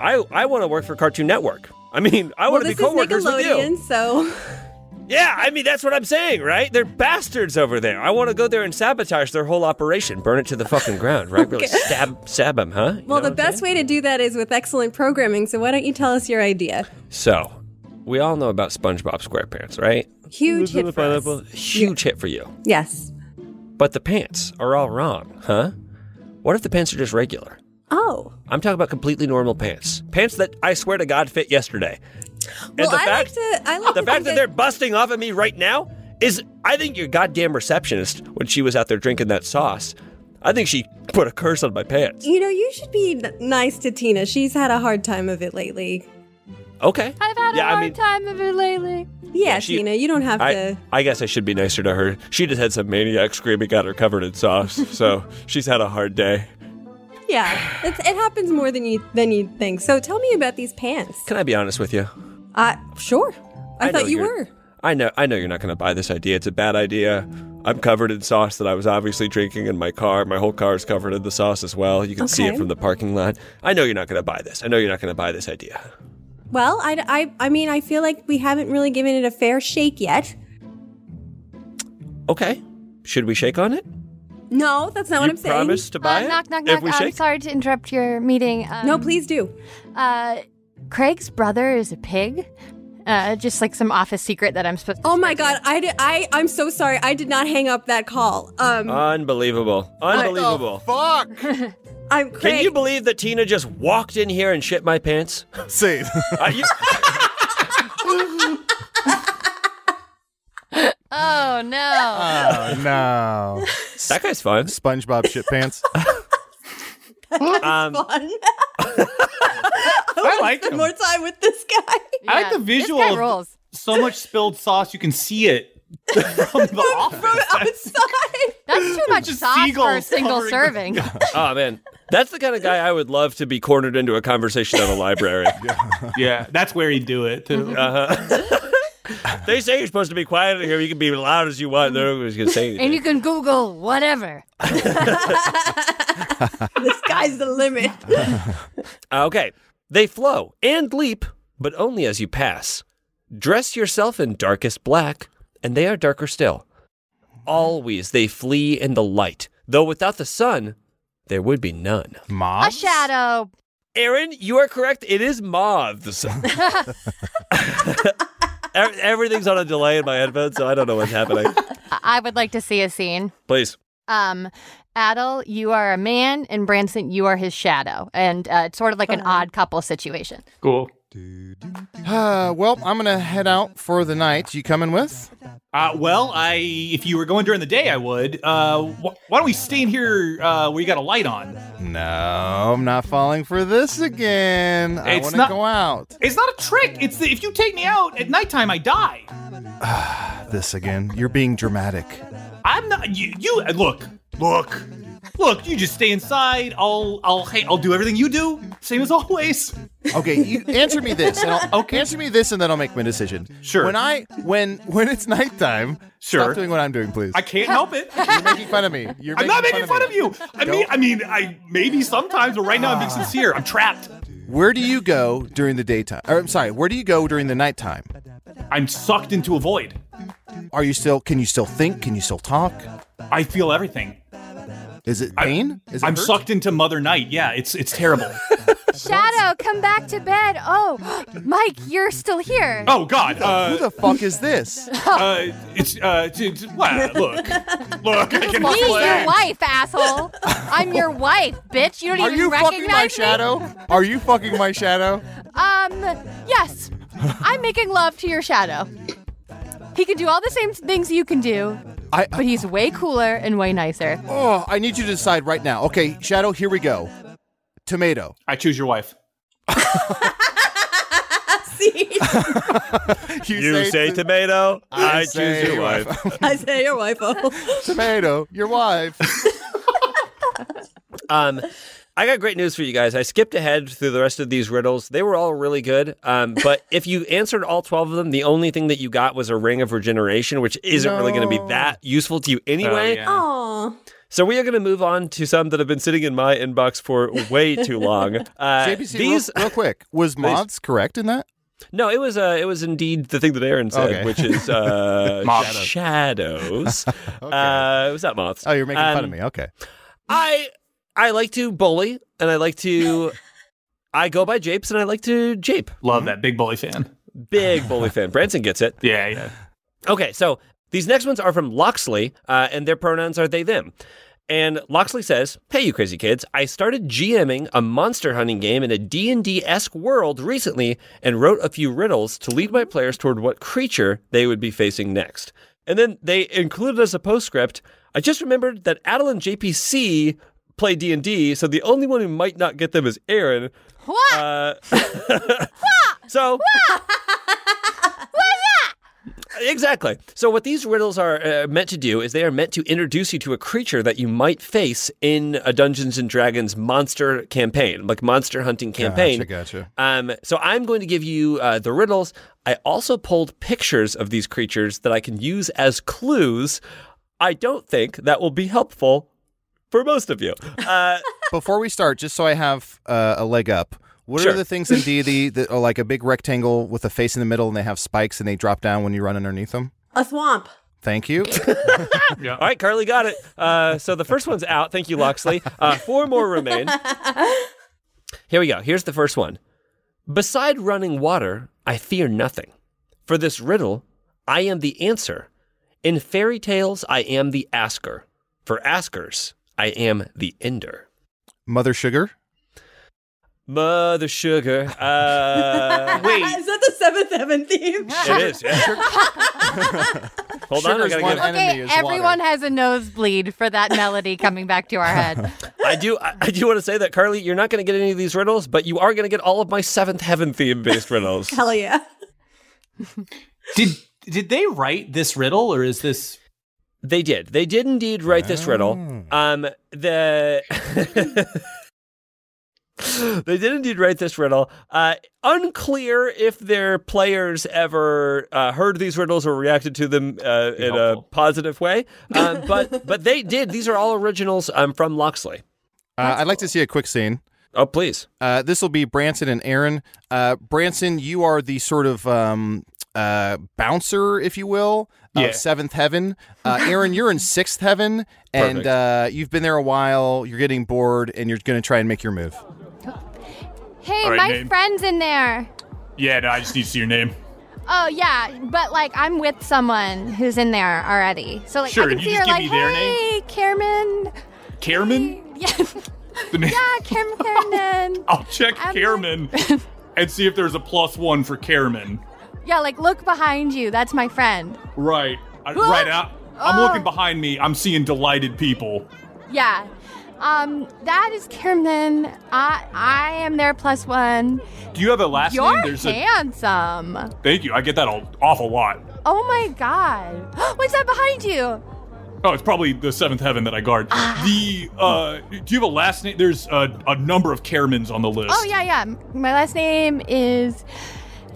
Speaker 4: I I want to work for Cartoon Network. I mean, I
Speaker 7: well,
Speaker 4: want to
Speaker 7: this
Speaker 4: be
Speaker 7: is
Speaker 4: coworkers with
Speaker 7: Nickelodeon,
Speaker 4: you.
Speaker 7: so
Speaker 4: Yeah, I mean that's what I'm saying, right? They're bastards over there. I want to go there and sabotage their whole operation, burn it to the fucking ground, right? Really stab stab them, huh? You know
Speaker 7: well, the
Speaker 4: what I'm
Speaker 7: best way to do that is with excellent programming. So why don't you tell us your idea?
Speaker 4: So, we all know about SpongeBob SquarePants, right?
Speaker 7: Huge
Speaker 4: Little
Speaker 7: hit for us.
Speaker 4: pineapple, Huge hit for you.
Speaker 7: Yes.
Speaker 4: But the pants are all wrong, huh? What if the pants are just regular?
Speaker 7: Oh.
Speaker 4: I'm talking about completely normal pants. Pants that I swear to God fit yesterday.
Speaker 7: Well,
Speaker 4: the
Speaker 7: I
Speaker 4: fact,
Speaker 7: like to. I like
Speaker 4: the
Speaker 7: to
Speaker 4: fact
Speaker 7: think
Speaker 4: that they're busting off at me right now is, I think your goddamn receptionist, when she was out there drinking that sauce, I think she put a curse on my pants.
Speaker 7: You know, you should be n- nice to Tina. She's had a hard time of it lately.
Speaker 4: Okay.
Speaker 3: I've had
Speaker 4: yeah,
Speaker 3: a hard
Speaker 4: I mean,
Speaker 3: time of it lately.
Speaker 7: Yeah,
Speaker 4: she-
Speaker 7: Tina, you don't have
Speaker 4: I,
Speaker 7: to.
Speaker 4: I guess I should be nicer to her. She just had some maniac screaming at her covered in sauce, so she's had a hard day.
Speaker 7: Yeah, it's, it happens more than you than you think. So tell me about these pants.
Speaker 4: Can I be honest with you?
Speaker 7: Uh, sure. I,
Speaker 4: I know
Speaker 7: thought you
Speaker 4: you're-
Speaker 7: were.
Speaker 4: I know I know you're not going to buy this idea. It's a bad idea. I'm covered in sauce that I was obviously drinking in my car. My whole car is covered in the sauce as well. You can see it
Speaker 7: Okay.
Speaker 4: from the parking lot. I know you're not going to buy this. I know you're not going to buy this idea.
Speaker 7: Well, I, I, I mean, I feel like we haven't really given it a fair shake yet.
Speaker 4: Okay. Should we shake on it?
Speaker 7: No, that's not
Speaker 4: you
Speaker 7: what I'm saying.
Speaker 4: promise to buy
Speaker 3: Uh,
Speaker 4: it?
Speaker 3: knock, knock,
Speaker 4: if
Speaker 3: knock.
Speaker 4: we
Speaker 3: I'm
Speaker 4: shake?
Speaker 3: sorry to interrupt your meeting. Um,
Speaker 7: No, please do.
Speaker 3: Uh, Craig's brother is a pig. Uh, just like some office secret that I'm supposed to.
Speaker 7: Oh my god, I did, I I'm so sorry. I did not hang up that call.
Speaker 4: Uh,
Speaker 7: Um,
Speaker 4: Unbelievable. Unbelievable.
Speaker 2: Fuck.
Speaker 7: I'm
Speaker 4: Can
Speaker 7: Craig.
Speaker 4: you believe that Tina just walked in here and shit my pants?
Speaker 2: See,
Speaker 4: Are you-
Speaker 3: Oh no!
Speaker 6: Uh,
Speaker 2: oh no,
Speaker 4: that guy's fun.
Speaker 2: SpongeBob shit pants.
Speaker 4: Um,
Speaker 6: I like
Speaker 7: Spend
Speaker 6: them.
Speaker 7: more time with this guy.
Speaker 6: I like
Speaker 3: Yeah,
Speaker 6: the
Speaker 3: this guy
Speaker 6: visual. of
Speaker 3: rules.
Speaker 6: So much spilled sauce, you can see it from the
Speaker 7: From
Speaker 6: office.
Speaker 7: outside.
Speaker 3: That's too much
Speaker 6: Just
Speaker 3: sauce for a
Speaker 6: seagulls
Speaker 3: single
Speaker 6: covering
Speaker 3: serving.
Speaker 4: oh man, that's the kind of guy I would love to be cornered into a conversation at a library.
Speaker 6: yeah, that's where he'd do it too.
Speaker 4: Uh-huh. they say you're supposed to be quiet in here. You can be loud as you want. They're just gonna say
Speaker 3: And you can Google whatever.
Speaker 7: the sky's the limit.
Speaker 4: Uh, okay. They flow and leap, but only as you pass. Dress yourself in darkest black, and they are darker still. Always they flee in the light, though without the sun, there would be none.
Speaker 3: A
Speaker 2: Mom?
Speaker 3: shadow.
Speaker 4: Aaron, you are correct. It is moths. Ev- Everything's on a delay in my headphones, so I don't know what's happening.
Speaker 3: I I would like to see a scene.
Speaker 4: Please.
Speaker 3: Um, Adel, you are a man, and Branson, you are his shadow, and uh, it's sort of like an odd couple situation.
Speaker 6: Cool.
Speaker 2: Uh, well, I'm gonna head out for the night. You coming with?
Speaker 6: Uh, well, I if you were going during the day, I would. Uh, wh- why don't we stay in here uh, where you got a light on?
Speaker 2: No, I'm not falling for this again. I
Speaker 6: It's
Speaker 2: want to
Speaker 6: not-
Speaker 2: go out.
Speaker 6: It's not a trick. It's the, if you take me out at nighttime, I die.
Speaker 2: This again. You're being dramatic.
Speaker 6: I'm not you. You uh, look, look, look. You just stay inside. I'll, I'll, hey, I'll do everything you do. Same as always.
Speaker 2: Okay, you answer me this, and I'll okay. answer me this, and then I'll make my decision.
Speaker 6: Sure.
Speaker 2: When I when when it's nighttime,
Speaker 6: Sure.
Speaker 2: stop doing what I'm doing, please.
Speaker 6: I can't help it.
Speaker 2: You're making fun of me. You're
Speaker 6: I'm not making fun of
Speaker 2: me.
Speaker 6: you. I mean, I mean, I maybe sometimes, but right now I'm being sincere. I'm trapped.
Speaker 2: Where do you go during the daytime? Or, I'm sorry. Where do you go during the nighttime?
Speaker 6: I'm sucked into a void.
Speaker 2: Are you still? Can you still think? Can you still talk?
Speaker 6: I feel everything.
Speaker 2: Is it
Speaker 6: I-
Speaker 2: pain? Is it
Speaker 6: I'm
Speaker 2: hurt?
Speaker 6: sucked into Mother Night. Yeah, it's it's terrible.
Speaker 3: Shadow, come back to bed. Oh, Mike, you're still here.
Speaker 6: oh God.
Speaker 2: Who
Speaker 6: Uh,
Speaker 2: the fuck is this?
Speaker 6: uh, it's uh, t- t- wow, look, look. I can
Speaker 3: Me, your
Speaker 6: play.
Speaker 3: wife, asshole. I'm your wife, bitch. You don't
Speaker 2: Are
Speaker 3: even
Speaker 2: you
Speaker 3: recognize
Speaker 2: fucking my
Speaker 3: me.
Speaker 2: shadow? Are you fucking my shadow?
Speaker 3: Um, yes. I'm making love to your shadow. He can do all the same things you can do,
Speaker 2: I
Speaker 3: but he's way cooler and way nicer.
Speaker 2: oh, I need you to decide right now. Okay, shadow. Here we go. Tomato.
Speaker 6: I choose your wife.
Speaker 7: See,
Speaker 2: You, to-
Speaker 4: tomato,
Speaker 2: I say
Speaker 7: I say your wife. Oh,
Speaker 2: tomato. Your wife.
Speaker 4: Um, I got great news for you guys. I skipped ahead through the rest of these riddles. They were all really good. Um, but if you answered all 12 of them, the only thing that you got was a ring of regeneration, which isn't really going to be
Speaker 2: No.
Speaker 4: that useful to you anyway.
Speaker 6: Oh,
Speaker 7: Aw.
Speaker 4: So we are going to move on to some that have been sitting in my inbox for way too long. Uh,
Speaker 2: JBC. real-
Speaker 4: these,
Speaker 2: real, quick. Was moths correct in that?
Speaker 4: no, it was uh, it was indeed the thing that Aaron said,
Speaker 2: Okay.
Speaker 4: which is uh,
Speaker 6: Moth.
Speaker 4: shadows. uh, it was not moths.
Speaker 2: Oh, you're making fun
Speaker 4: Um,
Speaker 2: of me. Okay.
Speaker 4: I I like to bully and I like to I go by japes and I like to jape.
Speaker 6: yeah. Love that big bully fan.
Speaker 4: Big bully fan. Branson gets it.
Speaker 6: Yeah, yeah.
Speaker 4: Okay, so these next ones are from Loxley, uh, and their pronouns are they, them. And Loxley says, "Hey, you crazy kids! I started GMing a monster hunting game in a D and D esque world recently, and wrote a few riddles to lead my players toward what creature they would be facing next. And then they included as a postscript. I just remembered that Adel and JPC play D and D, so the only one who might not get them is Aaron.
Speaker 3: What?
Speaker 4: Uh, so Exactly. So what these riddles are uh, meant to do is they are meant to introduce you to a creature that you might face in a Dungeons and Dragons monster campaign, like monster hunting campaign.
Speaker 2: Gotcha,
Speaker 4: Um, so I'm going to give you uh, the riddles. I also pulled pictures of these creatures that I can use as clues. I don't think that will be helpful for most of you. Uh,
Speaker 2: Before we start, just so I have uh, a leg up, what
Speaker 4: Sure.
Speaker 2: are the things in D&D that are like a big rectangle with a face in the middle and they have spikes and they drop down when you run underneath them?
Speaker 7: a swamp.
Speaker 2: Thank you.
Speaker 4: all right, Carly got it. Uh, so the first one's out. Thank you, Loxley. Uh, four more remain. Here we go. Here's the first one. Beside running water, I fear nothing. For this riddle, I am the answer. In fairy tales, I am the asker. For askers, I am the ender.
Speaker 2: Mother Sugar?
Speaker 4: Mother sugar. Uh,
Speaker 6: Wait,
Speaker 7: Is that the seventh heaven theme?
Speaker 2: Oh,
Speaker 4: it is. yeah. Hold on, I
Speaker 2: Sugar's
Speaker 4: gotta
Speaker 2: one
Speaker 4: get.
Speaker 2: enemy
Speaker 3: Okay,
Speaker 2: is
Speaker 3: everyone
Speaker 2: water.
Speaker 3: has a nosebleed for that melody coming back to our head.
Speaker 4: I do. I, I do want to say that Carly, you're not going to get any of these riddles, but you are going to get all of my seventh heaven theme based riddles.
Speaker 7: Hell yeah.
Speaker 6: did did they write this riddle or is this?
Speaker 4: They did. They did indeed write this riddle. Um, the they did indeed write this riddle. Uh, unclear if their players ever uh, heard these riddles or reacted to them uh, in
Speaker 6: helpful.
Speaker 4: a positive way, um, but but they did. These are all originals um, from Loxley.
Speaker 2: Uh, I'd like to see a quick scene.
Speaker 4: Oh, please.
Speaker 2: Uh, this will be Branson and Aaron. Uh, Branson, you are the sort of um, uh, bouncer, if you will, of
Speaker 6: Yeah.
Speaker 2: seventh heaven. Uh, Aaron, you're in sixth heaven, and uh, you've been there a while. You're getting bored, and you're going to try and make your move.
Speaker 3: Hey,
Speaker 6: All right,
Speaker 3: my
Speaker 6: name.
Speaker 3: friend's in there.
Speaker 6: Yeah, no, I just need to see your name.
Speaker 3: Oh yeah, but like I'm with someone who's in there already, so like
Speaker 6: Sure,
Speaker 3: I can
Speaker 6: you
Speaker 3: see
Speaker 6: just
Speaker 3: her
Speaker 6: give
Speaker 3: like,
Speaker 6: me their
Speaker 3: hey,
Speaker 6: name.
Speaker 3: Carmen.
Speaker 6: Kerman?
Speaker 3: Yeah,
Speaker 6: The name- Oh,
Speaker 3: yeah, Carmen, Carmen.
Speaker 6: I'll check
Speaker 3: I'm
Speaker 6: Kerman and see if there's a plus one for Kerman.
Speaker 3: Yeah, like look behind you. That's my friend.
Speaker 6: Right. I, right. I, I'm
Speaker 3: Oh.
Speaker 6: looking behind me. I'm seeing delighted people.
Speaker 3: Yeah. Um, that is Carmen. I I am there plus one.
Speaker 6: Do you have a last
Speaker 3: You're
Speaker 6: name? There's
Speaker 3: handsome.
Speaker 6: a. Thank you. I get that an awful lot.
Speaker 3: Oh my god. What's that behind you?
Speaker 6: Oh, it's probably the seventh heaven that I guard.
Speaker 3: Ah.
Speaker 6: The uh, do you have a last name? There's a, a number of Kermans on the list.
Speaker 3: Oh yeah, yeah. My last name is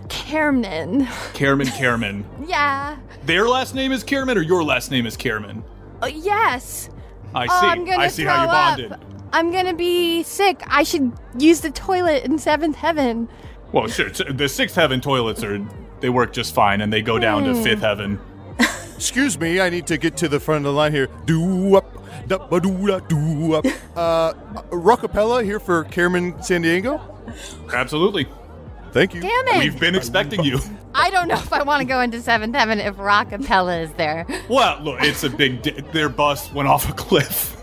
Speaker 3: Carmen.
Speaker 6: Kerman Kerman.
Speaker 3: Yeah.
Speaker 6: Their last name is Kerman, or your last name is Kerman.
Speaker 3: Uh, yes.
Speaker 6: I
Speaker 3: Oh,
Speaker 6: see.
Speaker 3: I'm gonna
Speaker 6: I see
Speaker 3: throw
Speaker 6: how you bonded.
Speaker 3: up. I'm gonna be sick. I should use the toilet in seventh heaven.
Speaker 6: Well, sure. it's- The sixth heaven toilets are they work just fine, and they go down
Speaker 3: Hmm.
Speaker 6: to fifth heaven.
Speaker 2: Excuse me, I need to get to the front of the line here. Do up, da ba doo da do up. Uh, Rockapella here for Carmen San Diego.
Speaker 6: Absolutely.
Speaker 2: Thank you.
Speaker 3: Damn it!
Speaker 6: We've been expecting you.
Speaker 3: I don't know if I want to go into seventh heaven if Rockapella is there.
Speaker 6: Well, look, it's a big. Di- their bus went off a cliff.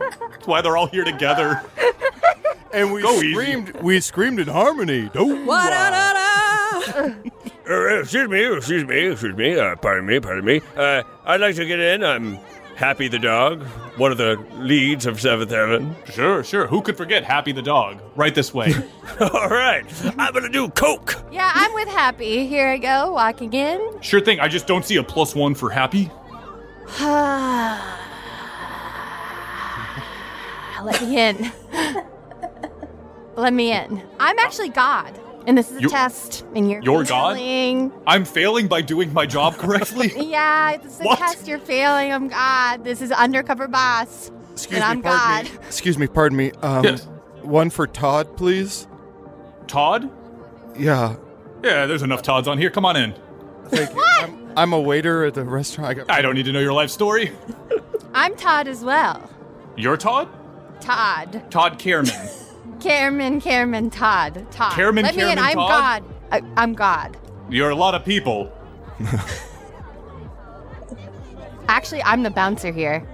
Speaker 6: That's why they're all here together.
Speaker 2: And we
Speaker 6: Go easy.
Speaker 2: screamed, we screamed in harmony. Do
Speaker 7: What? da
Speaker 8: Uh, excuse me, excuse me, excuse me. Uh, pardon me, pardon me. Uh, I'd like to get in. I'm Happy the dog, one of the leads of Seventh Heaven.
Speaker 6: Sure, sure. Who could forget Happy the dog? Right this way.
Speaker 8: All right, I'm gonna do coke.
Speaker 3: Yeah, I'm with Happy. Here I go, walking in.
Speaker 6: sure thing. I just don't see a plus one for Happy.
Speaker 3: Let me in. Let me in. I'm actually God, and this is a
Speaker 6: You're-
Speaker 3: test. And you're
Speaker 6: you're God?
Speaker 3: failing.
Speaker 6: I'm failing by doing my job correctly.
Speaker 3: Yeah, this is a
Speaker 6: What?
Speaker 3: test. You're failing. I'm God. This is undercover boss,
Speaker 2: Excuse
Speaker 3: and
Speaker 2: me,
Speaker 3: I'm God.
Speaker 2: pardon me. Excuse me, pardon me. Um,
Speaker 6: Yes.
Speaker 2: One for Todd, please.
Speaker 6: Todd?
Speaker 2: Yeah.
Speaker 6: Yeah, there's enough Todds on here. Come on in.
Speaker 2: I'm, I'm a waiter at the restaurant. I got
Speaker 6: I don't need to know your life story.
Speaker 3: I'm Todd as well.
Speaker 6: You're Todd?
Speaker 3: Todd,
Speaker 6: Todd Kerman.
Speaker 3: Cameron, Cameron, Todd, Todd.
Speaker 6: Cameron,
Speaker 3: Let me in.
Speaker 6: Cameron,
Speaker 3: I'm
Speaker 6: Todd?
Speaker 3: God. I, I'm God.
Speaker 6: You're a lot of people.
Speaker 3: Actually, I'm the bouncer here.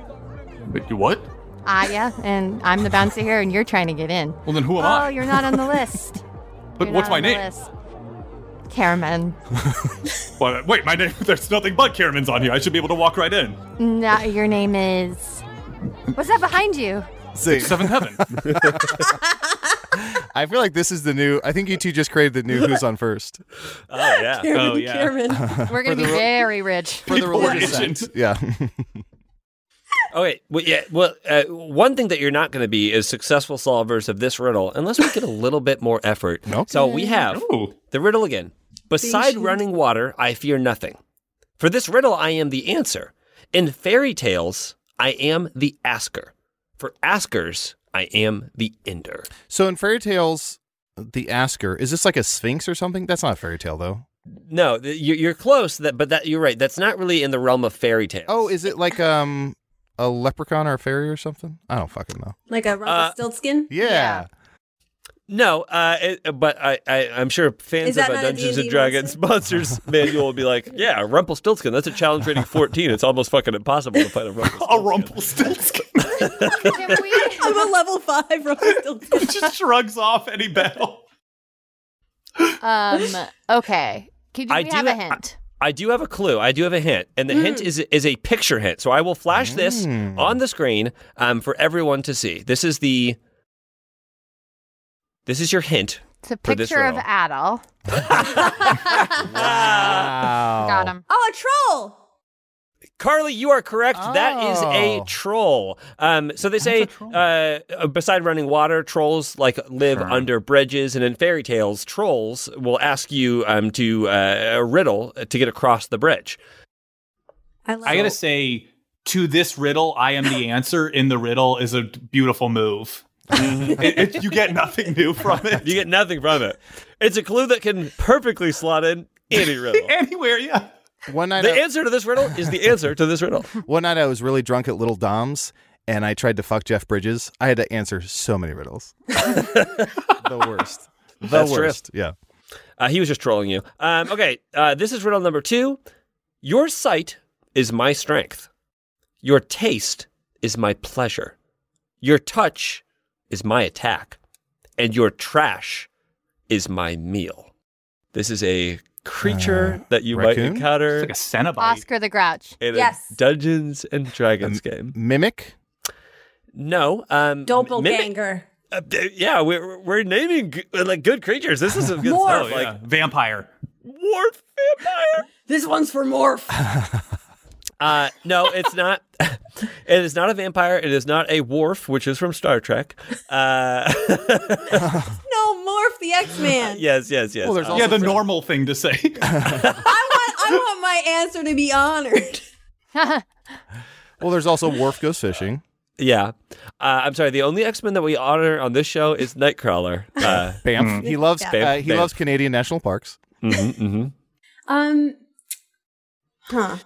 Speaker 6: But you what?
Speaker 3: Aya, and I'm the bouncer here, and you're trying to get in.
Speaker 6: Well, then who am
Speaker 3: Oh,
Speaker 6: I?
Speaker 3: you're not on the list.
Speaker 6: But
Speaker 3: You're
Speaker 6: what's
Speaker 3: not
Speaker 6: my
Speaker 3: on the
Speaker 6: name?
Speaker 3: list. Carmen.
Speaker 6: Well, wait, my name. There's nothing but Kerman's on here. I should be able to walk right in.
Speaker 3: No, your name is. What's that behind you?
Speaker 2: See,
Speaker 6: Seventh heaven.
Speaker 2: I feel like this is the new. I think you two just created the new Who's on First
Speaker 4: Oh yeah.
Speaker 7: Kerman,
Speaker 6: Oh, yeah.
Speaker 7: Kerman.
Speaker 3: We're gonna be very rich.
Speaker 2: for the
Speaker 6: People are
Speaker 2: religious
Speaker 6: itching.
Speaker 2: sense. Yeah.
Speaker 4: Okay. Well, yeah. Well, uh, one thing that you're not going to be is successful solvers of this riddle unless we get a little bit more effort.
Speaker 2: Nope.
Speaker 4: So we have
Speaker 6: Ooh.
Speaker 4: the riddle again. Beside
Speaker 7: Station.
Speaker 4: running water, I fear nothing. For this riddle, I am the answer. In fairy tales, I am the asker. For askers, I am the ender.
Speaker 2: so in fairy tales, the asker is this like a sphinx or something? That's not a fairy tale though.
Speaker 4: No, th- you- you're close. That, but that you're right. That's not really in the realm of fairy tales.
Speaker 2: Oh, is it like um a leprechaun or a fairy or something? I don't fucking know.
Speaker 7: Like a Rumpelstiltskin?
Speaker 2: Yeah.
Speaker 3: Yeah.
Speaker 4: No, uh, it, but I, I, I'm sure
Speaker 7: Is
Speaker 4: fans of
Speaker 7: that
Speaker 4: a
Speaker 7: not a
Speaker 4: Dungeons
Speaker 7: D&D
Speaker 4: and Dragons monsters manual will be like, "Yeah, Rumpelstiltskin. That's a challenge rating 14. It's almost fucking impossible to fight a
Speaker 6: A
Speaker 4: Rumpelstiltskin."
Speaker 6: Rumpelstiltskin
Speaker 3: Can we-
Speaker 7: I'm a level five Rumpelstiltskin.
Speaker 6: just shrugs off any battle.
Speaker 3: um. Okay. Could you
Speaker 4: I
Speaker 3: we
Speaker 4: do
Speaker 3: have a
Speaker 4: ha-
Speaker 3: hint?
Speaker 4: I do have a clue. I do have a hint, and the
Speaker 7: Hmm.
Speaker 4: hint is is a picture hint. So I will flash this
Speaker 2: Mm.
Speaker 4: on the screen um, for everyone to see. This is the. This is your hint.
Speaker 3: It's a
Speaker 4: for this
Speaker 3: picture of
Speaker 4: riddle.
Speaker 3: Adol.
Speaker 2: Wow.
Speaker 3: Got him.
Speaker 4: Oh,
Speaker 7: Oh, a troll!
Speaker 4: Carly, you are correct. That is a
Speaker 2: Oh.
Speaker 4: troll. Um, so they say uh, uh, beside running water, trolls like live under bridges, and in fairy tales, trolls will ask you um, to uh, a riddle to get across the bridge.
Speaker 7: I love
Speaker 6: I gotta say, to this riddle, I am the answer. In the riddle is a beautiful move. It- it- you get nothing new from it
Speaker 4: You get nothing from it. It's a clue that can perfectly slot in any riddle.
Speaker 6: anywhere. Yeah.
Speaker 2: One night,
Speaker 4: The
Speaker 2: I,
Speaker 4: answer to this riddle is the answer to this riddle.
Speaker 2: one night I was really drunk at Little Dom's, and I tried to fuck Jeff Bridges. I had to answer so many riddles. the worst. The
Speaker 4: That's true.
Speaker 2: worst. Yeah.
Speaker 4: Uh, he was just trolling you. Um, okay, uh, this is riddle number two. Your sight is my strength. Your taste is my pleasure. Your touch is my attack. And your trash is my meal. This is a creature that you might
Speaker 2: raccoon?
Speaker 4: encounter
Speaker 6: It's like a Cenobite.
Speaker 3: Oscar the Grouch.
Speaker 4: in
Speaker 7: Yes.
Speaker 4: a Dungeons and Dragons game.
Speaker 2: Mimic.
Speaker 4: No. Um, mimic-
Speaker 7: doppelganger.
Speaker 4: uh, d- yeah, we're, we're naming g- like good creatures. This is some good
Speaker 7: Morph.
Speaker 4: stuff.
Speaker 6: Like
Speaker 4: Like,
Speaker 6: Oh, vampire.
Speaker 4: dwarf vampire.
Speaker 7: This one's for Morph.
Speaker 4: Uh, no, it's not. it is not a vampire. It is not a wharf, which is from Star Trek. Uh,
Speaker 7: no, Morph the X Man.
Speaker 4: yes, yes, yes.
Speaker 2: Well, there's
Speaker 4: Uh,
Speaker 6: Yeah, the normal thing to say.
Speaker 7: I want I want my answer to be honored.
Speaker 2: Well, there's also Worf goes fishing.
Speaker 4: yeah. Uh, I'm sorry. The only X Men that we honor on this show is Nightcrawler. Uh,
Speaker 2: Banff. He loves
Speaker 7: Yeah.
Speaker 2: uh, he
Speaker 4: Banff.
Speaker 2: loves Canadian national parks.
Speaker 4: mhm, mhm.
Speaker 7: Um Huh.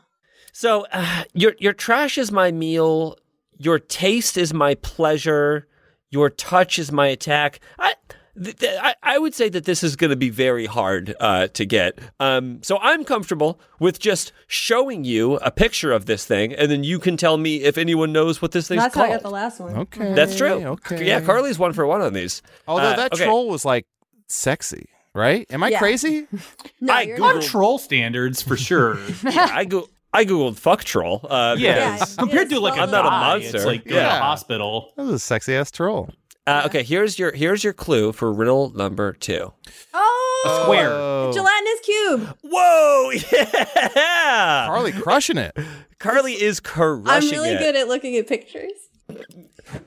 Speaker 4: So uh, your your trash is my meal. Your taste is my pleasure. Your touch is my attack. I. th- th- I, I would say that this is going to be very hard uh, to get. Um, so I'm comfortable with just showing you a picture of this thing, and then you can tell me if anyone knows what this thing's
Speaker 7: That's how
Speaker 4: called.
Speaker 7: I got the last one.
Speaker 2: Okay.
Speaker 4: That's true.
Speaker 2: Okay.
Speaker 4: Yeah, Carly's one for one on these.
Speaker 2: Although
Speaker 4: Uh,
Speaker 2: that
Speaker 4: okay.
Speaker 2: troll was like sexy, right? Am I
Speaker 7: Yeah.
Speaker 2: crazy?
Speaker 7: No,
Speaker 4: I
Speaker 7: you're
Speaker 4: Googled-
Speaker 7: not.
Speaker 6: On troll standards, for sure.
Speaker 4: Yeah, I go. I googled fuck troll. Uh,
Speaker 6: yeah.
Speaker 7: Yes.
Speaker 6: Compared to
Speaker 7: Yes,
Speaker 6: like a
Speaker 4: I'm not a
Speaker 6: guy,
Speaker 4: monster.
Speaker 6: It's like going to
Speaker 4: Yeah.
Speaker 6: a hospital.
Speaker 2: That was a sexy ass troll.
Speaker 4: Uh, okay. Here's your here's your clue for riddle number two.
Speaker 7: Oh,
Speaker 6: Square.
Speaker 2: Oh.
Speaker 7: gelatinous cube.
Speaker 4: Whoa! Yeah.
Speaker 2: Carly crushing it.
Speaker 4: Carly is
Speaker 7: I'm
Speaker 4: crushing
Speaker 7: really
Speaker 4: it.
Speaker 7: good at looking at pictures.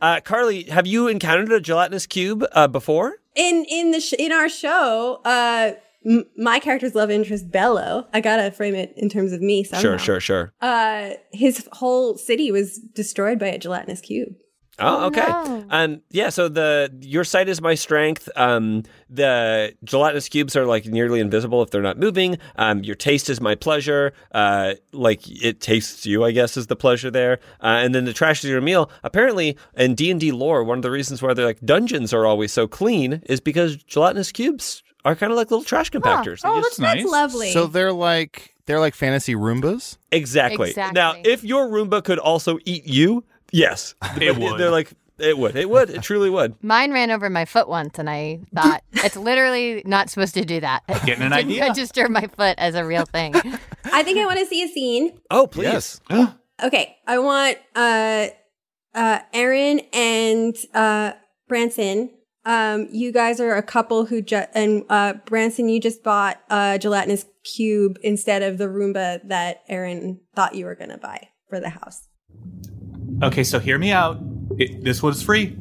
Speaker 4: Uh, Carly, have you encountered a gelatinous cube uh, before?
Speaker 7: In in the sh- in our show, uh m- my character's love interest Bello. I gotta frame it in terms of me. Somehow.
Speaker 4: Sure, sure, sure.
Speaker 7: Uh, his whole city was destroyed by a gelatinous cube.
Speaker 4: Oh,
Speaker 3: Oh,
Speaker 4: okay.
Speaker 3: no.
Speaker 4: Um, yeah. So the your sight is my strength. Um, the gelatinous cubes are like nearly invisible if they're not moving. Um, your taste is my pleasure. Uh, like it tastes you, I guess, is the pleasure there. Uh, and then the trash is your meal. Apparently, in D and D lore, one of the reasons why they're like dungeons are always so clean is because gelatinous cubes are kind of like little trash compactors. They
Speaker 6: Oh,
Speaker 4: just-
Speaker 6: that's nice.
Speaker 7: That's lovely.
Speaker 2: So they're like they're like fantasy Roombas.
Speaker 4: Exactly. Now,
Speaker 3: Exactly.
Speaker 4: if your Roomba could also eat you, yes,
Speaker 6: It
Speaker 4: But
Speaker 6: would.
Speaker 4: They're like it would. It would. It truly would.
Speaker 3: Mine ran over my foot once, and I thought it's literally not supposed to do that. It
Speaker 6: Getting an
Speaker 3: didn't
Speaker 6: idea.
Speaker 3: register my foot as a real thing.
Speaker 7: I think I want to see a scene.
Speaker 4: Oh, please.
Speaker 2: Yes.
Speaker 7: Okay, I want uh uh Aaron and uh Branson. Um you guys are a couple who ju- and uh Branson you just bought a gelatinous cube instead of the Roomba that Aaron thought you were going to buy for the house.
Speaker 6: Okay, so hear me out. It, this one's free.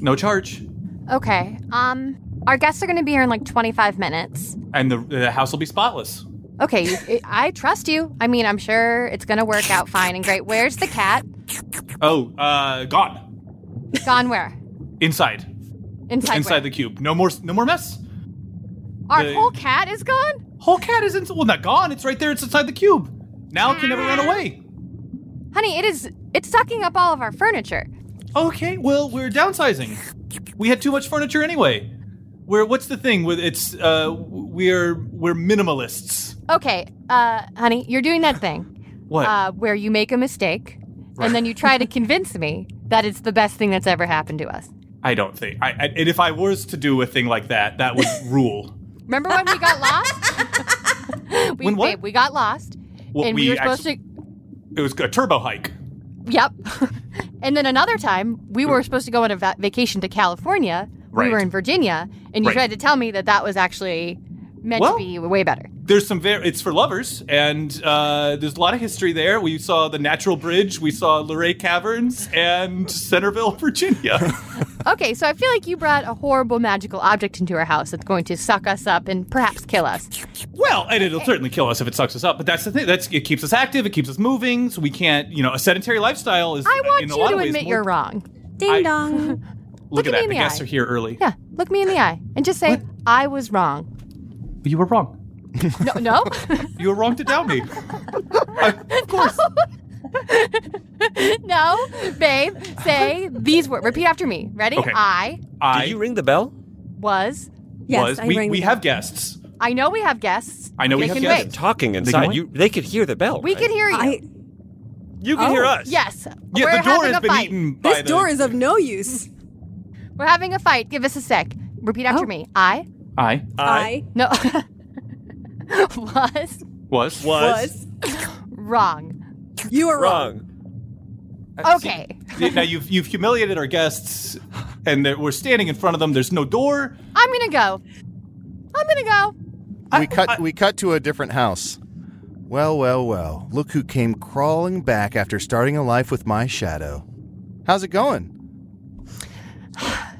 Speaker 6: no charge.
Speaker 3: okay. Um, our guests are going to be here in like 25 minutes.
Speaker 6: And the, the house will be spotless.
Speaker 3: Okay, you- I I trust you. I mean, I'm sure it's going to work out fine and great. Where's the cat?
Speaker 6: Oh, uh, gone.
Speaker 3: Gone where?
Speaker 6: Inside.
Speaker 3: Inside.
Speaker 6: Inside the cube. No more no more mess.
Speaker 3: where? Our
Speaker 6: the-
Speaker 3: whole cat is gone.
Speaker 6: Whole cat is inside. Well, not gone. It's right there. It's inside the cube. Now it can never run away.
Speaker 3: Honey, it is. It's sucking up all of our furniture.
Speaker 6: Okay, well, we're downsizing. We had too much furniture anyway. We're what's the thing with it's uh we're we're minimalists.
Speaker 3: Okay, uh, honey, you're doing that thing.
Speaker 6: What?
Speaker 3: uh, where you make a mistake and then you try to convince me that it's the best thing that's ever happened to us.
Speaker 6: I don't think. I, I and if I was to do a thing like that, that would rule.
Speaker 3: Remember when we got lost? we,
Speaker 6: When what?
Speaker 3: Babe, we got lost.
Speaker 6: Well,
Speaker 3: and we,
Speaker 6: we
Speaker 3: were supposed
Speaker 6: actu- It was a turbo hike.
Speaker 3: to. Yep. and then another time, we were supposed to go on a va- vacation to California. We
Speaker 6: Right.
Speaker 3: were in Virginia, and you
Speaker 6: Right.
Speaker 3: tried to tell me that that was actually meant
Speaker 6: Well-
Speaker 3: to be way better.
Speaker 6: There's some very. It's for lovers, and uh, there's a lot of history there. We saw the Natural Bridge, we saw Luray Caverns, and Centerville, Virginia.
Speaker 3: Okay, so I feel like you brought a horrible magical object into our house that's going to suck us up and perhaps kill us.
Speaker 6: Well, and it'll certainly kill us if it sucks us up. But that's the thing. That's it keeps us active. It keeps us moving. So we can't. You know, a sedentary lifestyle is.
Speaker 3: I want
Speaker 6: in a
Speaker 3: you
Speaker 6: lot
Speaker 3: to
Speaker 6: of ways
Speaker 3: admit
Speaker 6: more-
Speaker 3: you're wrong.
Speaker 7: Ding
Speaker 6: I-
Speaker 7: dong.
Speaker 6: Look,
Speaker 3: Look
Speaker 6: at
Speaker 3: at me
Speaker 6: that.
Speaker 3: in
Speaker 6: The
Speaker 3: the
Speaker 6: guests
Speaker 3: eye.
Speaker 6: are here early.
Speaker 3: Yeah, look me in the eye and just say I was wrong.
Speaker 6: You were wrong.
Speaker 3: No, no.
Speaker 6: You were wrong to doubt me. of course.
Speaker 3: no, babe, say these words. Repeat after me. Ready?
Speaker 6: Okay.
Speaker 3: I
Speaker 6: I
Speaker 4: Did you ring the bell?
Speaker 3: was.
Speaker 7: Yes,
Speaker 6: was.
Speaker 7: I
Speaker 6: we
Speaker 7: rang
Speaker 6: we
Speaker 7: the
Speaker 6: have guests.
Speaker 3: I know we have guests.
Speaker 6: I know we
Speaker 3: They
Speaker 6: have
Speaker 3: can
Speaker 6: guests.
Speaker 3: wait.
Speaker 4: Talking
Speaker 6: can
Speaker 4: inside,
Speaker 6: wait.
Speaker 4: you they could hear the bell.
Speaker 3: We
Speaker 4: right?
Speaker 3: can hear you.
Speaker 7: I,
Speaker 4: You can hear
Speaker 7: Oh.
Speaker 4: us.
Speaker 3: yes.
Speaker 6: Yeah, the
Speaker 3: we're
Speaker 6: door
Speaker 3: having
Speaker 6: has
Speaker 3: a
Speaker 6: been
Speaker 3: fight.
Speaker 6: eaten by
Speaker 7: this
Speaker 6: the-
Speaker 7: door is of no use.
Speaker 3: We're having a fight. Give us a sec. Repeat after
Speaker 7: Oh.
Speaker 3: me. I
Speaker 6: I
Speaker 7: I,
Speaker 3: no was
Speaker 6: was
Speaker 4: Was,
Speaker 7: was.
Speaker 3: wrong.
Speaker 7: You were wrong.
Speaker 4: wrong.
Speaker 3: Okay.
Speaker 6: Uh, See, now you've you've humiliated our guests, and that we're standing in front of them. There's no door.
Speaker 3: I'm gonna go. I'm gonna go.
Speaker 2: we cut we cut to a different house. Well, well, well. Look who came crawling back after starting a life with my shadow. How's it going?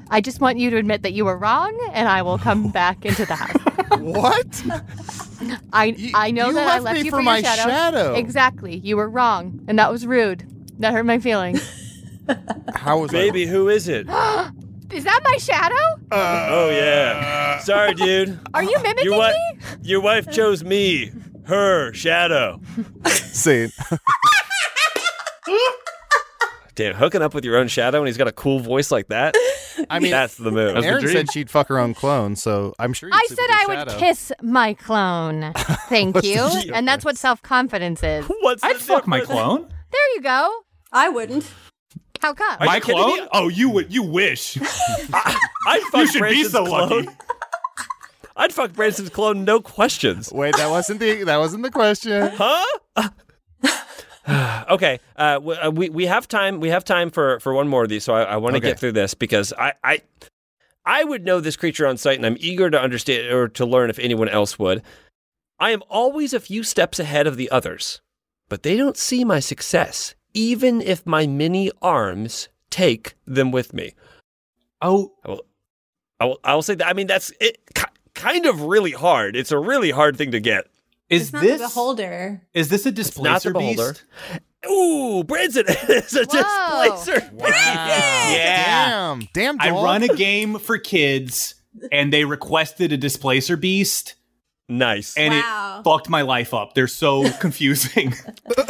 Speaker 3: I just want you to admit that you were wrong, and I will come back into the house.
Speaker 2: What?
Speaker 3: I
Speaker 2: You-
Speaker 3: I know
Speaker 2: you
Speaker 3: that I
Speaker 2: left
Speaker 3: left
Speaker 2: me
Speaker 3: you
Speaker 2: for
Speaker 3: for
Speaker 2: my
Speaker 3: your shadow.
Speaker 2: shadow.
Speaker 3: Exactly. You were wrong, and that was rude. That hurt my feelings.
Speaker 2: How was
Speaker 4: Baby, who is it?
Speaker 3: Is that my shadow?
Speaker 4: oh yeah. Sorry, dude.
Speaker 3: Are you mimicking
Speaker 4: Your wife,
Speaker 3: me?
Speaker 4: your wife chose me, her shadow.
Speaker 2: I scene?
Speaker 4: Damn, hooking up with your own shadow and he's got a cool voice like that.
Speaker 2: I mean,
Speaker 4: that's the move.
Speaker 2: Erin said she'd fuck her own clone, so I'm sure. you'd
Speaker 3: I
Speaker 2: sleep
Speaker 3: said
Speaker 2: with your
Speaker 3: I would
Speaker 2: shadow.
Speaker 3: kiss my clone. Thank you. and that's what self confidence is.
Speaker 4: What's
Speaker 6: I'd
Speaker 4: the
Speaker 6: fuck my
Speaker 4: difference?
Speaker 6: clone.
Speaker 3: There you go.
Speaker 7: I wouldn't.
Speaker 3: How come?
Speaker 6: My
Speaker 4: kidding me?
Speaker 6: clone? Oh, you would. You wish.
Speaker 4: I'd fuck
Speaker 6: you should
Speaker 4: Branson's
Speaker 6: be so
Speaker 4: clone.
Speaker 6: lucky.
Speaker 4: I'd fuck Branson's clone, no questions.
Speaker 2: Wait, that wasn't the that wasn't the question.
Speaker 4: Okay, uh, w- uh, we we have time. We have time for for one more of these. So I, I want to
Speaker 2: Okay.
Speaker 4: get through this because I. I I would know this creature on sight, and I'm eager to understand or to learn if anyone else would. I am always a few steps ahead of the others, but they don't see my success, even if my many arms take them with me.
Speaker 6: Oh,
Speaker 4: I will, I will, I will say that. I mean, that's it. ki- Kind of really hard. It's a really hard thing to get.
Speaker 6: is
Speaker 7: It's not
Speaker 6: this
Speaker 7: the beholder.
Speaker 6: Is this a
Speaker 4: Not
Speaker 6: displacer
Speaker 4: the beholder.
Speaker 6: beast?
Speaker 4: Ooh, Branson is a
Speaker 3: Whoa.
Speaker 4: displacer.
Speaker 6: Yeah.
Speaker 2: Damn, damn.
Speaker 6: I
Speaker 2: dog.
Speaker 6: run a game for kids, and they requested a displacer beast,
Speaker 4: Nice.
Speaker 6: and
Speaker 7: Wow.
Speaker 6: it fucked my life up. They're so confusing.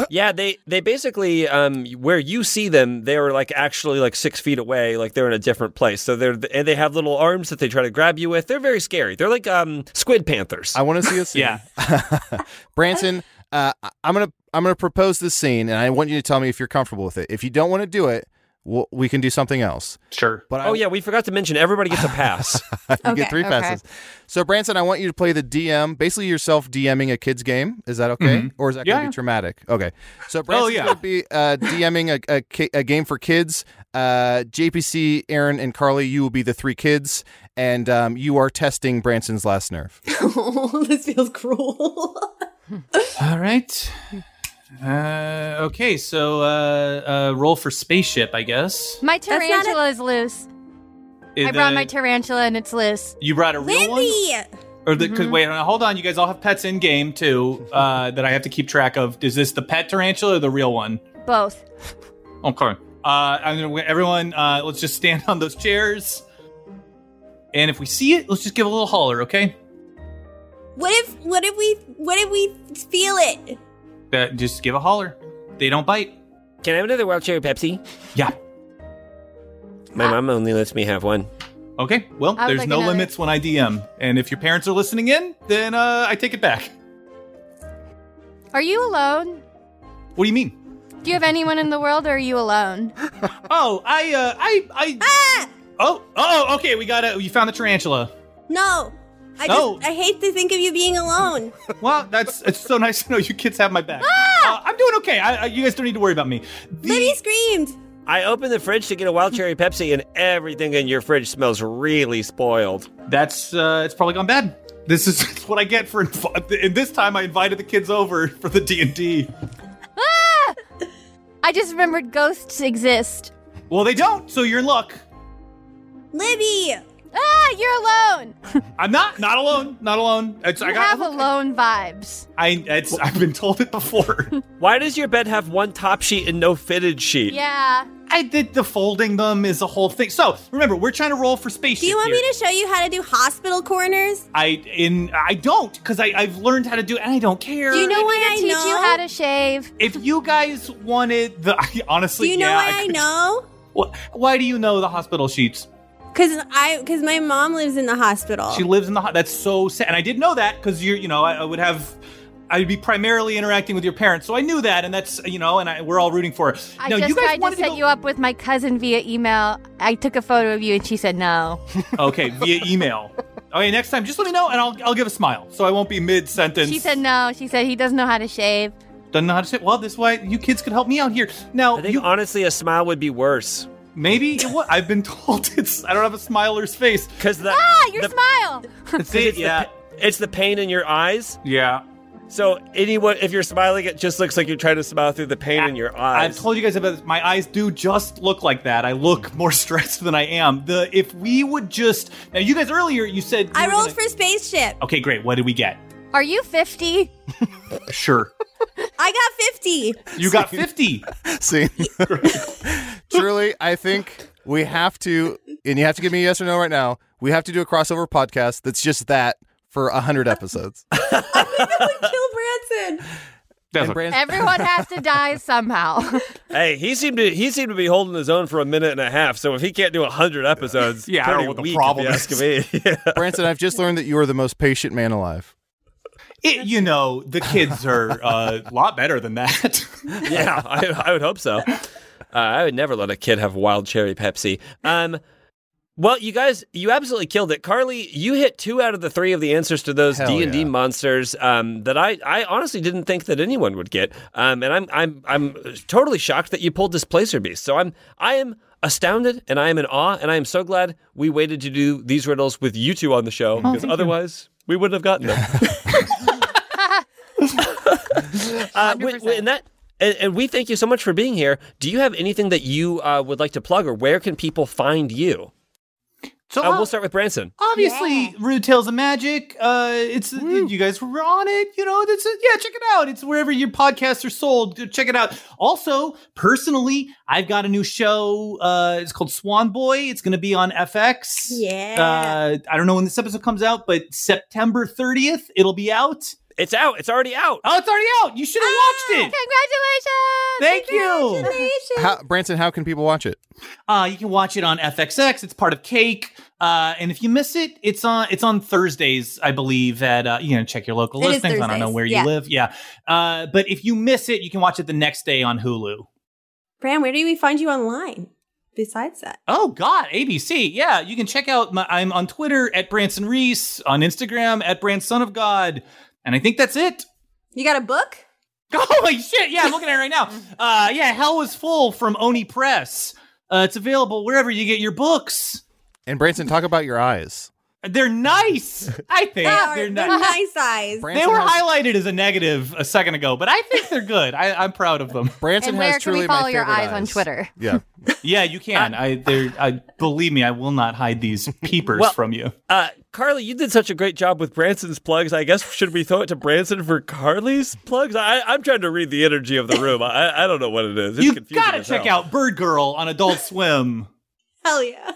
Speaker 4: yeah, they they basically um where you see them, they are like actually like six feet away, like they're in a different place. So they're and they have little arms that they try to grab you with. They're very scary. They're like um squid panthers.
Speaker 2: I want to see a scene.
Speaker 6: Yeah.
Speaker 2: Branson, uh, I- I'm gonna I'm gonna propose this scene, and I want you to tell me if you're comfortable with it. If you don't want to do it, we'll, we can do something else.
Speaker 6: sure.
Speaker 2: But I,
Speaker 4: oh yeah, we forgot to mention everybody gets a pass.
Speaker 2: you
Speaker 7: Okay,
Speaker 2: get three passes. So Branson, I want you to play the DM, basically yourself DMing a kid's game. Is that okay, or is that
Speaker 6: Mm-hmm. Yeah. Oh,
Speaker 2: gonna be traumatic? Okay. So Branson's
Speaker 6: yeah.
Speaker 2: gonna be uh, DMing a, a ki- a game for kids. Uh, JPC, Aaron, and Carly, you will be the three kids, and um, you are testing Branson's last nerve.
Speaker 7: Oh, this feels cruel.
Speaker 6: All right. Uh, okay, so uh, uh, roll for spaceship, I guess.
Speaker 3: My
Speaker 7: not a-
Speaker 3: tarantula is loose. I
Speaker 6: Is,
Speaker 3: brought
Speaker 6: uh,
Speaker 3: my tarantula and it's loose.
Speaker 6: You brought a real one,
Speaker 7: Lindy!
Speaker 6: or the?
Speaker 3: Mm-hmm.
Speaker 6: Cause, wait, hold on. You guys all have pets in game too uh, that I have to keep track of. Is this the pet tarantula or the real one?
Speaker 3: Both.
Speaker 6: Okay. Uh, I'm gonna, everyone, uh, let's just stand on those chairs, and if we see it, let's just give a little holler. Okay.
Speaker 7: What if what if we what if we feel it?
Speaker 6: Uh, just give a holler. They don't bite.
Speaker 4: Can I have another wild cherry Pepsi?
Speaker 6: Yeah.
Speaker 4: My mom only lets me have one.
Speaker 6: Okay. Well,
Speaker 3: I would
Speaker 6: there's
Speaker 3: like
Speaker 6: no
Speaker 3: another-
Speaker 6: limits when I DM, and if your parents are listening in, then uh, I take it back.
Speaker 3: Are you alone?
Speaker 6: What do you mean?
Speaker 3: Do you have anyone in the world or are you alone?
Speaker 6: Oh, I, uh, I, I.
Speaker 7: Ah!
Speaker 6: Oh, oh, okay. We got a. You found the tarantula.
Speaker 7: No. I just
Speaker 6: No.
Speaker 7: I hate to think of you being alone.
Speaker 6: Wow, that's it's so nice to know you kids have my back. Uh, I'm doing okay. I, I, you guys don't need to worry about me. The-
Speaker 7: Libby screamed.
Speaker 4: I opened the fridge to get a wild cherry Pepsi, and everything in your fridge smells really spoiled.
Speaker 6: that's uh, it's probably gone bad. This is what I get for. Inv- and this time I invited the kids over for the D and D.
Speaker 3: Ah! I just remembered ghosts exist.
Speaker 6: Well, they don't, so you're in luck.
Speaker 7: Libby!
Speaker 3: Ah, you're alone.
Speaker 6: I'm not not alone. Not alone. It's,
Speaker 3: You
Speaker 6: I got
Speaker 3: have alone vibes.
Speaker 6: I it's, I've been told it before.
Speaker 4: Why does your bed have one top sheet and no fitted sheet?
Speaker 3: Yeah.
Speaker 6: I did the folding them is a whole thing. So remember, we're trying to roll for spaceship.
Speaker 7: Do you want
Speaker 6: here.
Speaker 7: me to show you how to do hospital corners?
Speaker 6: I in I don't because I I've learned how to do it and I don't care.
Speaker 7: Do you know
Speaker 3: Maybe
Speaker 7: why
Speaker 3: to
Speaker 7: I
Speaker 3: teach
Speaker 7: know?
Speaker 3: you how to shave.
Speaker 6: if you guys wanted the I, honestly,
Speaker 7: do you know
Speaker 6: yeah,
Speaker 7: why
Speaker 6: I
Speaker 7: I
Speaker 6: could-
Speaker 7: know?
Speaker 6: Why, why do you know the hospital sheets?
Speaker 7: Because I because my mom lives in the hospital.
Speaker 6: She lives in the ho- that's so sad, and I did know that because you're you know I, I would have. I'd be primarily interacting with your parents, so I knew that, and that's you know, and I, we're all rooting for her.
Speaker 3: I
Speaker 6: now,
Speaker 3: just
Speaker 6: you guys
Speaker 3: tried to
Speaker 6: wanted
Speaker 3: set
Speaker 6: go-
Speaker 3: you up with my cousin via email. I took a photo of you and she said no.
Speaker 6: Okay, via email. Okay, next time, just let me know, and I'll I'll give a smile, so I won't be mid sentence.
Speaker 3: She said no. She said he doesn't know how to shave.
Speaker 6: doesn't know how to say. Well, this is why you kids could help me out here. Now,
Speaker 4: I think
Speaker 6: you,
Speaker 4: honestly, a smile would be worse
Speaker 6: maybe it wa- I've been told it's I don't have a smiler's face.
Speaker 4: because the
Speaker 3: Ah, your
Speaker 4: the-
Speaker 3: smile.
Speaker 6: That's
Speaker 4: 'cause
Speaker 6: it.
Speaker 4: it's
Speaker 6: Yeah,
Speaker 4: the, pa- it's the pain in your eyes.
Speaker 6: yeah.
Speaker 4: So anyone, if you're smiling, it just looks like you're trying to smile through the pain in your eyes.
Speaker 6: I've told you guys Hmm. about this. My eyes do just look like that. I look more stressed than I am. The if we would just now, you guys earlier you said you
Speaker 7: I
Speaker 6: were
Speaker 7: rolled
Speaker 6: gonna-
Speaker 7: for spaceship.
Speaker 6: Okay, great. What did we get?
Speaker 3: Are you 50?
Speaker 6: Sure,
Speaker 7: I got 50.
Speaker 6: you got fifty.
Speaker 2: See, truly, I think we have to, and you have to give me a yes or no right now. We have to do a crossover podcast that's just that for hundred episodes.
Speaker 7: Kill Branson.
Speaker 6: That's
Speaker 2: And Brand-
Speaker 3: Everyone has to die somehow.
Speaker 4: hey, he seemed to he seemed to be holding his own for a minute and a half. So if he can't do hundred episodes,
Speaker 6: Yeah, I don't
Speaker 4: pretty
Speaker 6: know what the
Speaker 4: weak, if
Speaker 6: problem
Speaker 4: you
Speaker 6: is.
Speaker 4: ask me. Yeah.
Speaker 2: Branson, I've just learned that you are the most patient man alive.
Speaker 6: it, you know the kids are uh, a lot better than that.
Speaker 4: yeah, I, I would hope so. Uh, I would never let a kid have wild cherry Pepsi. Um, well, you guys, you absolutely killed it, Carly. You hit two out of the three of the answers to those
Speaker 2: Hell
Speaker 4: D and D
Speaker 2: yeah.
Speaker 4: monsters um, that I, I honestly didn't think that anyone would get. Um, and I'm, I'm, I'm totally shocked that you pulled Displacer Beast. So I'm, I am astounded, and I am in awe, and I am so glad we waited to do these riddles with you two on the
Speaker 2: Oh,
Speaker 4: show because otherwise we wouldn't have gotten them. Uh, wi- wi- and that and, and we thank you so much for being here. Do you have anything that you uh, would like to plug, or where can people find you?
Speaker 6: So
Speaker 4: Uh,
Speaker 6: uh,
Speaker 4: we'll start with Branson.
Speaker 6: Obviously, Rude Tales of Magic. Uh, it's you guys were on it. You know, that's yeah. Check it out. It's wherever your podcasts are sold. Check it out. Also, personally, I've got a new show. Uh, it's called Swan Boy. It's going to be on FX.
Speaker 7: Yeah.
Speaker 6: Uh, I don't know when this episode comes out, but September thirtieth, it'll be out.
Speaker 4: It's out. It's already out.
Speaker 6: Oh, it's already out. You should have
Speaker 7: Ah!
Speaker 6: watched it.
Speaker 3: Congratulations!
Speaker 6: Thank you.
Speaker 2: How, Branson, how can people watch it?
Speaker 6: Uh, you can watch it on FXX. It's part of Cake. Uh, and if you miss it, it's on it's on Thursdays, I believe. At uh, you know, check your local
Speaker 7: It is
Speaker 6: listings. I don't know
Speaker 7: Thursdays,
Speaker 6: where
Speaker 7: yeah.
Speaker 6: you live. Yeah. Uh, but if you miss it, you can watch it the next day on Hulu.
Speaker 7: Bran, where do we find you online besides that?
Speaker 6: Oh God, ABC. Yeah, you can check out. My, I'm on Twitter at Branson Reese, on Instagram at Branson of God, and I think that's it.
Speaker 7: You got a book?
Speaker 6: Holy shit! Yeah, I'm looking at it right now. Uh, yeah, Hell was Full from Oni Press. Uh, it's available wherever you get your books.
Speaker 2: And Branson, talk about your eyes.
Speaker 6: They're nice. I think
Speaker 7: They are-
Speaker 6: they're
Speaker 7: they're
Speaker 6: nice.
Speaker 7: nice eyes.
Speaker 6: They
Speaker 2: Branson
Speaker 6: were
Speaker 2: has,
Speaker 6: highlighted as a negative a second ago, but I think they're good. I, I'm proud of them.
Speaker 2: Branson
Speaker 3: And where
Speaker 2: has
Speaker 3: can
Speaker 2: truly
Speaker 3: we follow
Speaker 2: my
Speaker 3: your
Speaker 2: favorite
Speaker 3: eyes, on Twitter?
Speaker 2: Yeah,
Speaker 6: Yeah, you can. I, they're, I believe me, I will not hide these peepers
Speaker 4: Well-
Speaker 6: from you.
Speaker 4: Uh, Carly, you did such a great job with Branson's plugs. I guess should we throw it to Branson for Carly's plugs? I, I'm trying to read the energy of the room. I, I don't know what it is. It's
Speaker 6: You
Speaker 4: confusing
Speaker 6: gotta
Speaker 4: as
Speaker 6: check
Speaker 4: hell.
Speaker 6: out Bird Girl on Adult Swim.
Speaker 7: Hell yeah.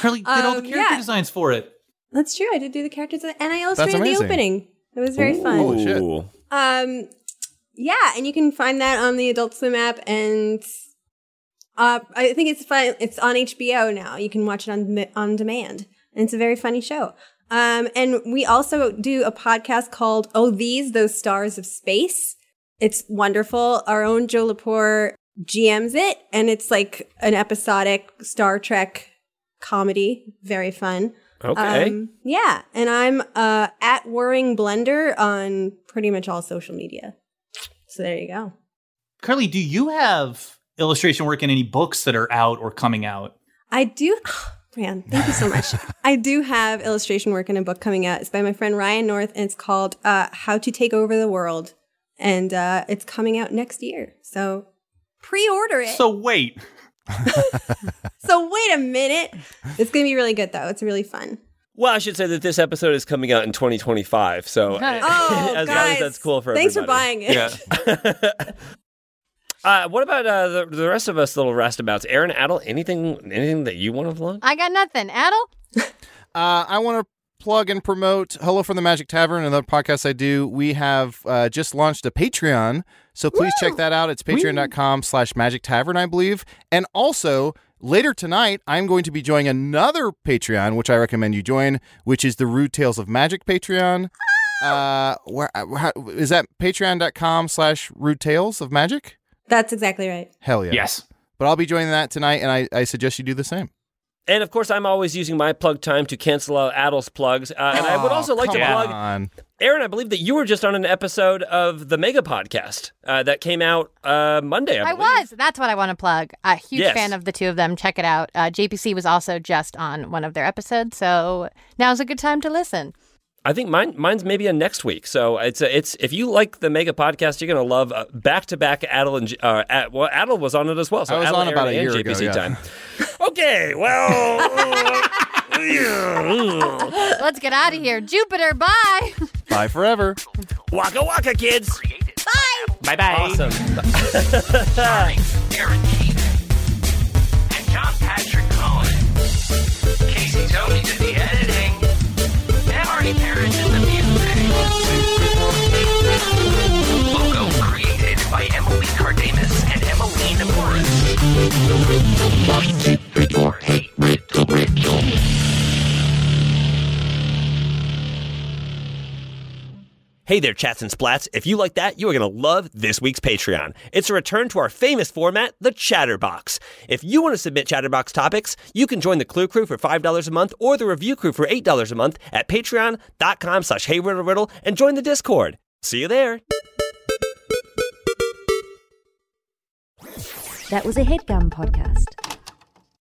Speaker 6: Carly did all the
Speaker 7: Um,
Speaker 6: character
Speaker 7: yeah.
Speaker 6: designs for it.
Speaker 7: That's true. I did do the characters and I
Speaker 2: That's
Speaker 7: illustrated the
Speaker 2: amazing.
Speaker 7: opening. It was very fun.
Speaker 2: Holy shit.
Speaker 4: Ooh.
Speaker 7: Um yeah, and you can find that on the Adult Swim app and uh, I think it's fun. It's on HBO now. You can watch it on dem- on demand, and it's a very funny show. Um, and we also do a podcast called "Oh These Those Stars of Space." It's wonderful. Our own Joe Lepore GMs it, and it's like an episodic Star Trek comedy. Very fun.
Speaker 4: Okay.
Speaker 7: Um, yeah, and I'm uh, at Whirring Blender on pretty much all social media. So there you go.
Speaker 6: Carly, do you have illustration work in any books that are out or coming out?
Speaker 7: I do. Man, thank you so much. I do have illustration work in a book coming out. It's by my friend Ryan North, and it's called uh, How to Take Over the World. And uh, it's coming out next year. So pre order it.
Speaker 6: So wait.
Speaker 7: so wait a minute. It's going to be really good, though. It's really fun.
Speaker 4: Well, I should say that this episode is coming out in 2025. So,
Speaker 7: oh,
Speaker 4: as
Speaker 7: guys,
Speaker 4: long as that's cool for
Speaker 7: thanks for
Speaker 4: everybody.
Speaker 7: buying it.
Speaker 4: uh, what about uh, the, the rest of us little rastabouts? Aaron, Adel, anything anything that you want to vlog?
Speaker 3: I got nothing. Adel?
Speaker 2: Uh, I want to plug and promote Hello from the Magic Tavern, another podcast I do. We have uh, just launched a Patreon, so please check that out. It's patreon.com slash magic tavern, I believe. And also, later tonight, I'm going to be joining another Patreon, which I recommend you join, which is the Rude Tales of Magic Patreon.
Speaker 3: Ah!
Speaker 2: Uh, where, how, is that patreon.com slash rude tales of magic?
Speaker 7: That's exactly right.
Speaker 2: Hell yeah.
Speaker 6: Yes.
Speaker 2: But I'll be joining that tonight, and I, I suggest you do the same.
Speaker 4: And of course, I'm always using my plug time to cancel out Adel's plugs. Uh, and I would
Speaker 2: Oh,
Speaker 4: also like to
Speaker 2: come
Speaker 4: plug
Speaker 2: on.
Speaker 4: Aaron, I believe that you were just on an episode of the Mega Podcast uh, that came out uh, Monday. I,
Speaker 3: I,
Speaker 4: believe.
Speaker 3: was. That's what I want to plug. A huge
Speaker 4: Yes.
Speaker 3: fan of the two of them. Check it out. Uh, JPC was also just on one of their episodes, so now's a good time to listen.
Speaker 4: I think mine, mine's maybe a next week. So it's a, it's if you like the Mega Podcast, you're gonna love back to back Adel and J- uh, Ad, well Adel was on it as well. So
Speaker 2: I was
Speaker 4: Adel,
Speaker 2: on about
Speaker 4: Aaron,
Speaker 2: a
Speaker 4: and
Speaker 2: year ago,
Speaker 4: JPC
Speaker 2: yeah.
Speaker 4: time. okay, well,
Speaker 3: Let's get out of here. Jupiter, bye.
Speaker 2: Bye forever.
Speaker 4: waka waka, kids.
Speaker 1: Created.
Speaker 6: Bye bye.
Speaker 4: Awesome.
Speaker 1: Starring Aaron Keith and John Patrick Cohen. Casey Tony did the editing. And Marty Parrish did the music. Logo created by Emily Cardamus and Emily Namoris. Your favorite original.
Speaker 4: Hey there, chats and splats. If you like that, you are going to love this week's Patreon. It's a return to our famous format, the Chatterbox. If you want to submit Chatterbox topics, you can join the Clue Crew for $5 a month or the Review Crew for $8 a month at patreon.com slash heyriddleriddle and join the Discord. See you there.
Speaker 9: That was a headgum podcast.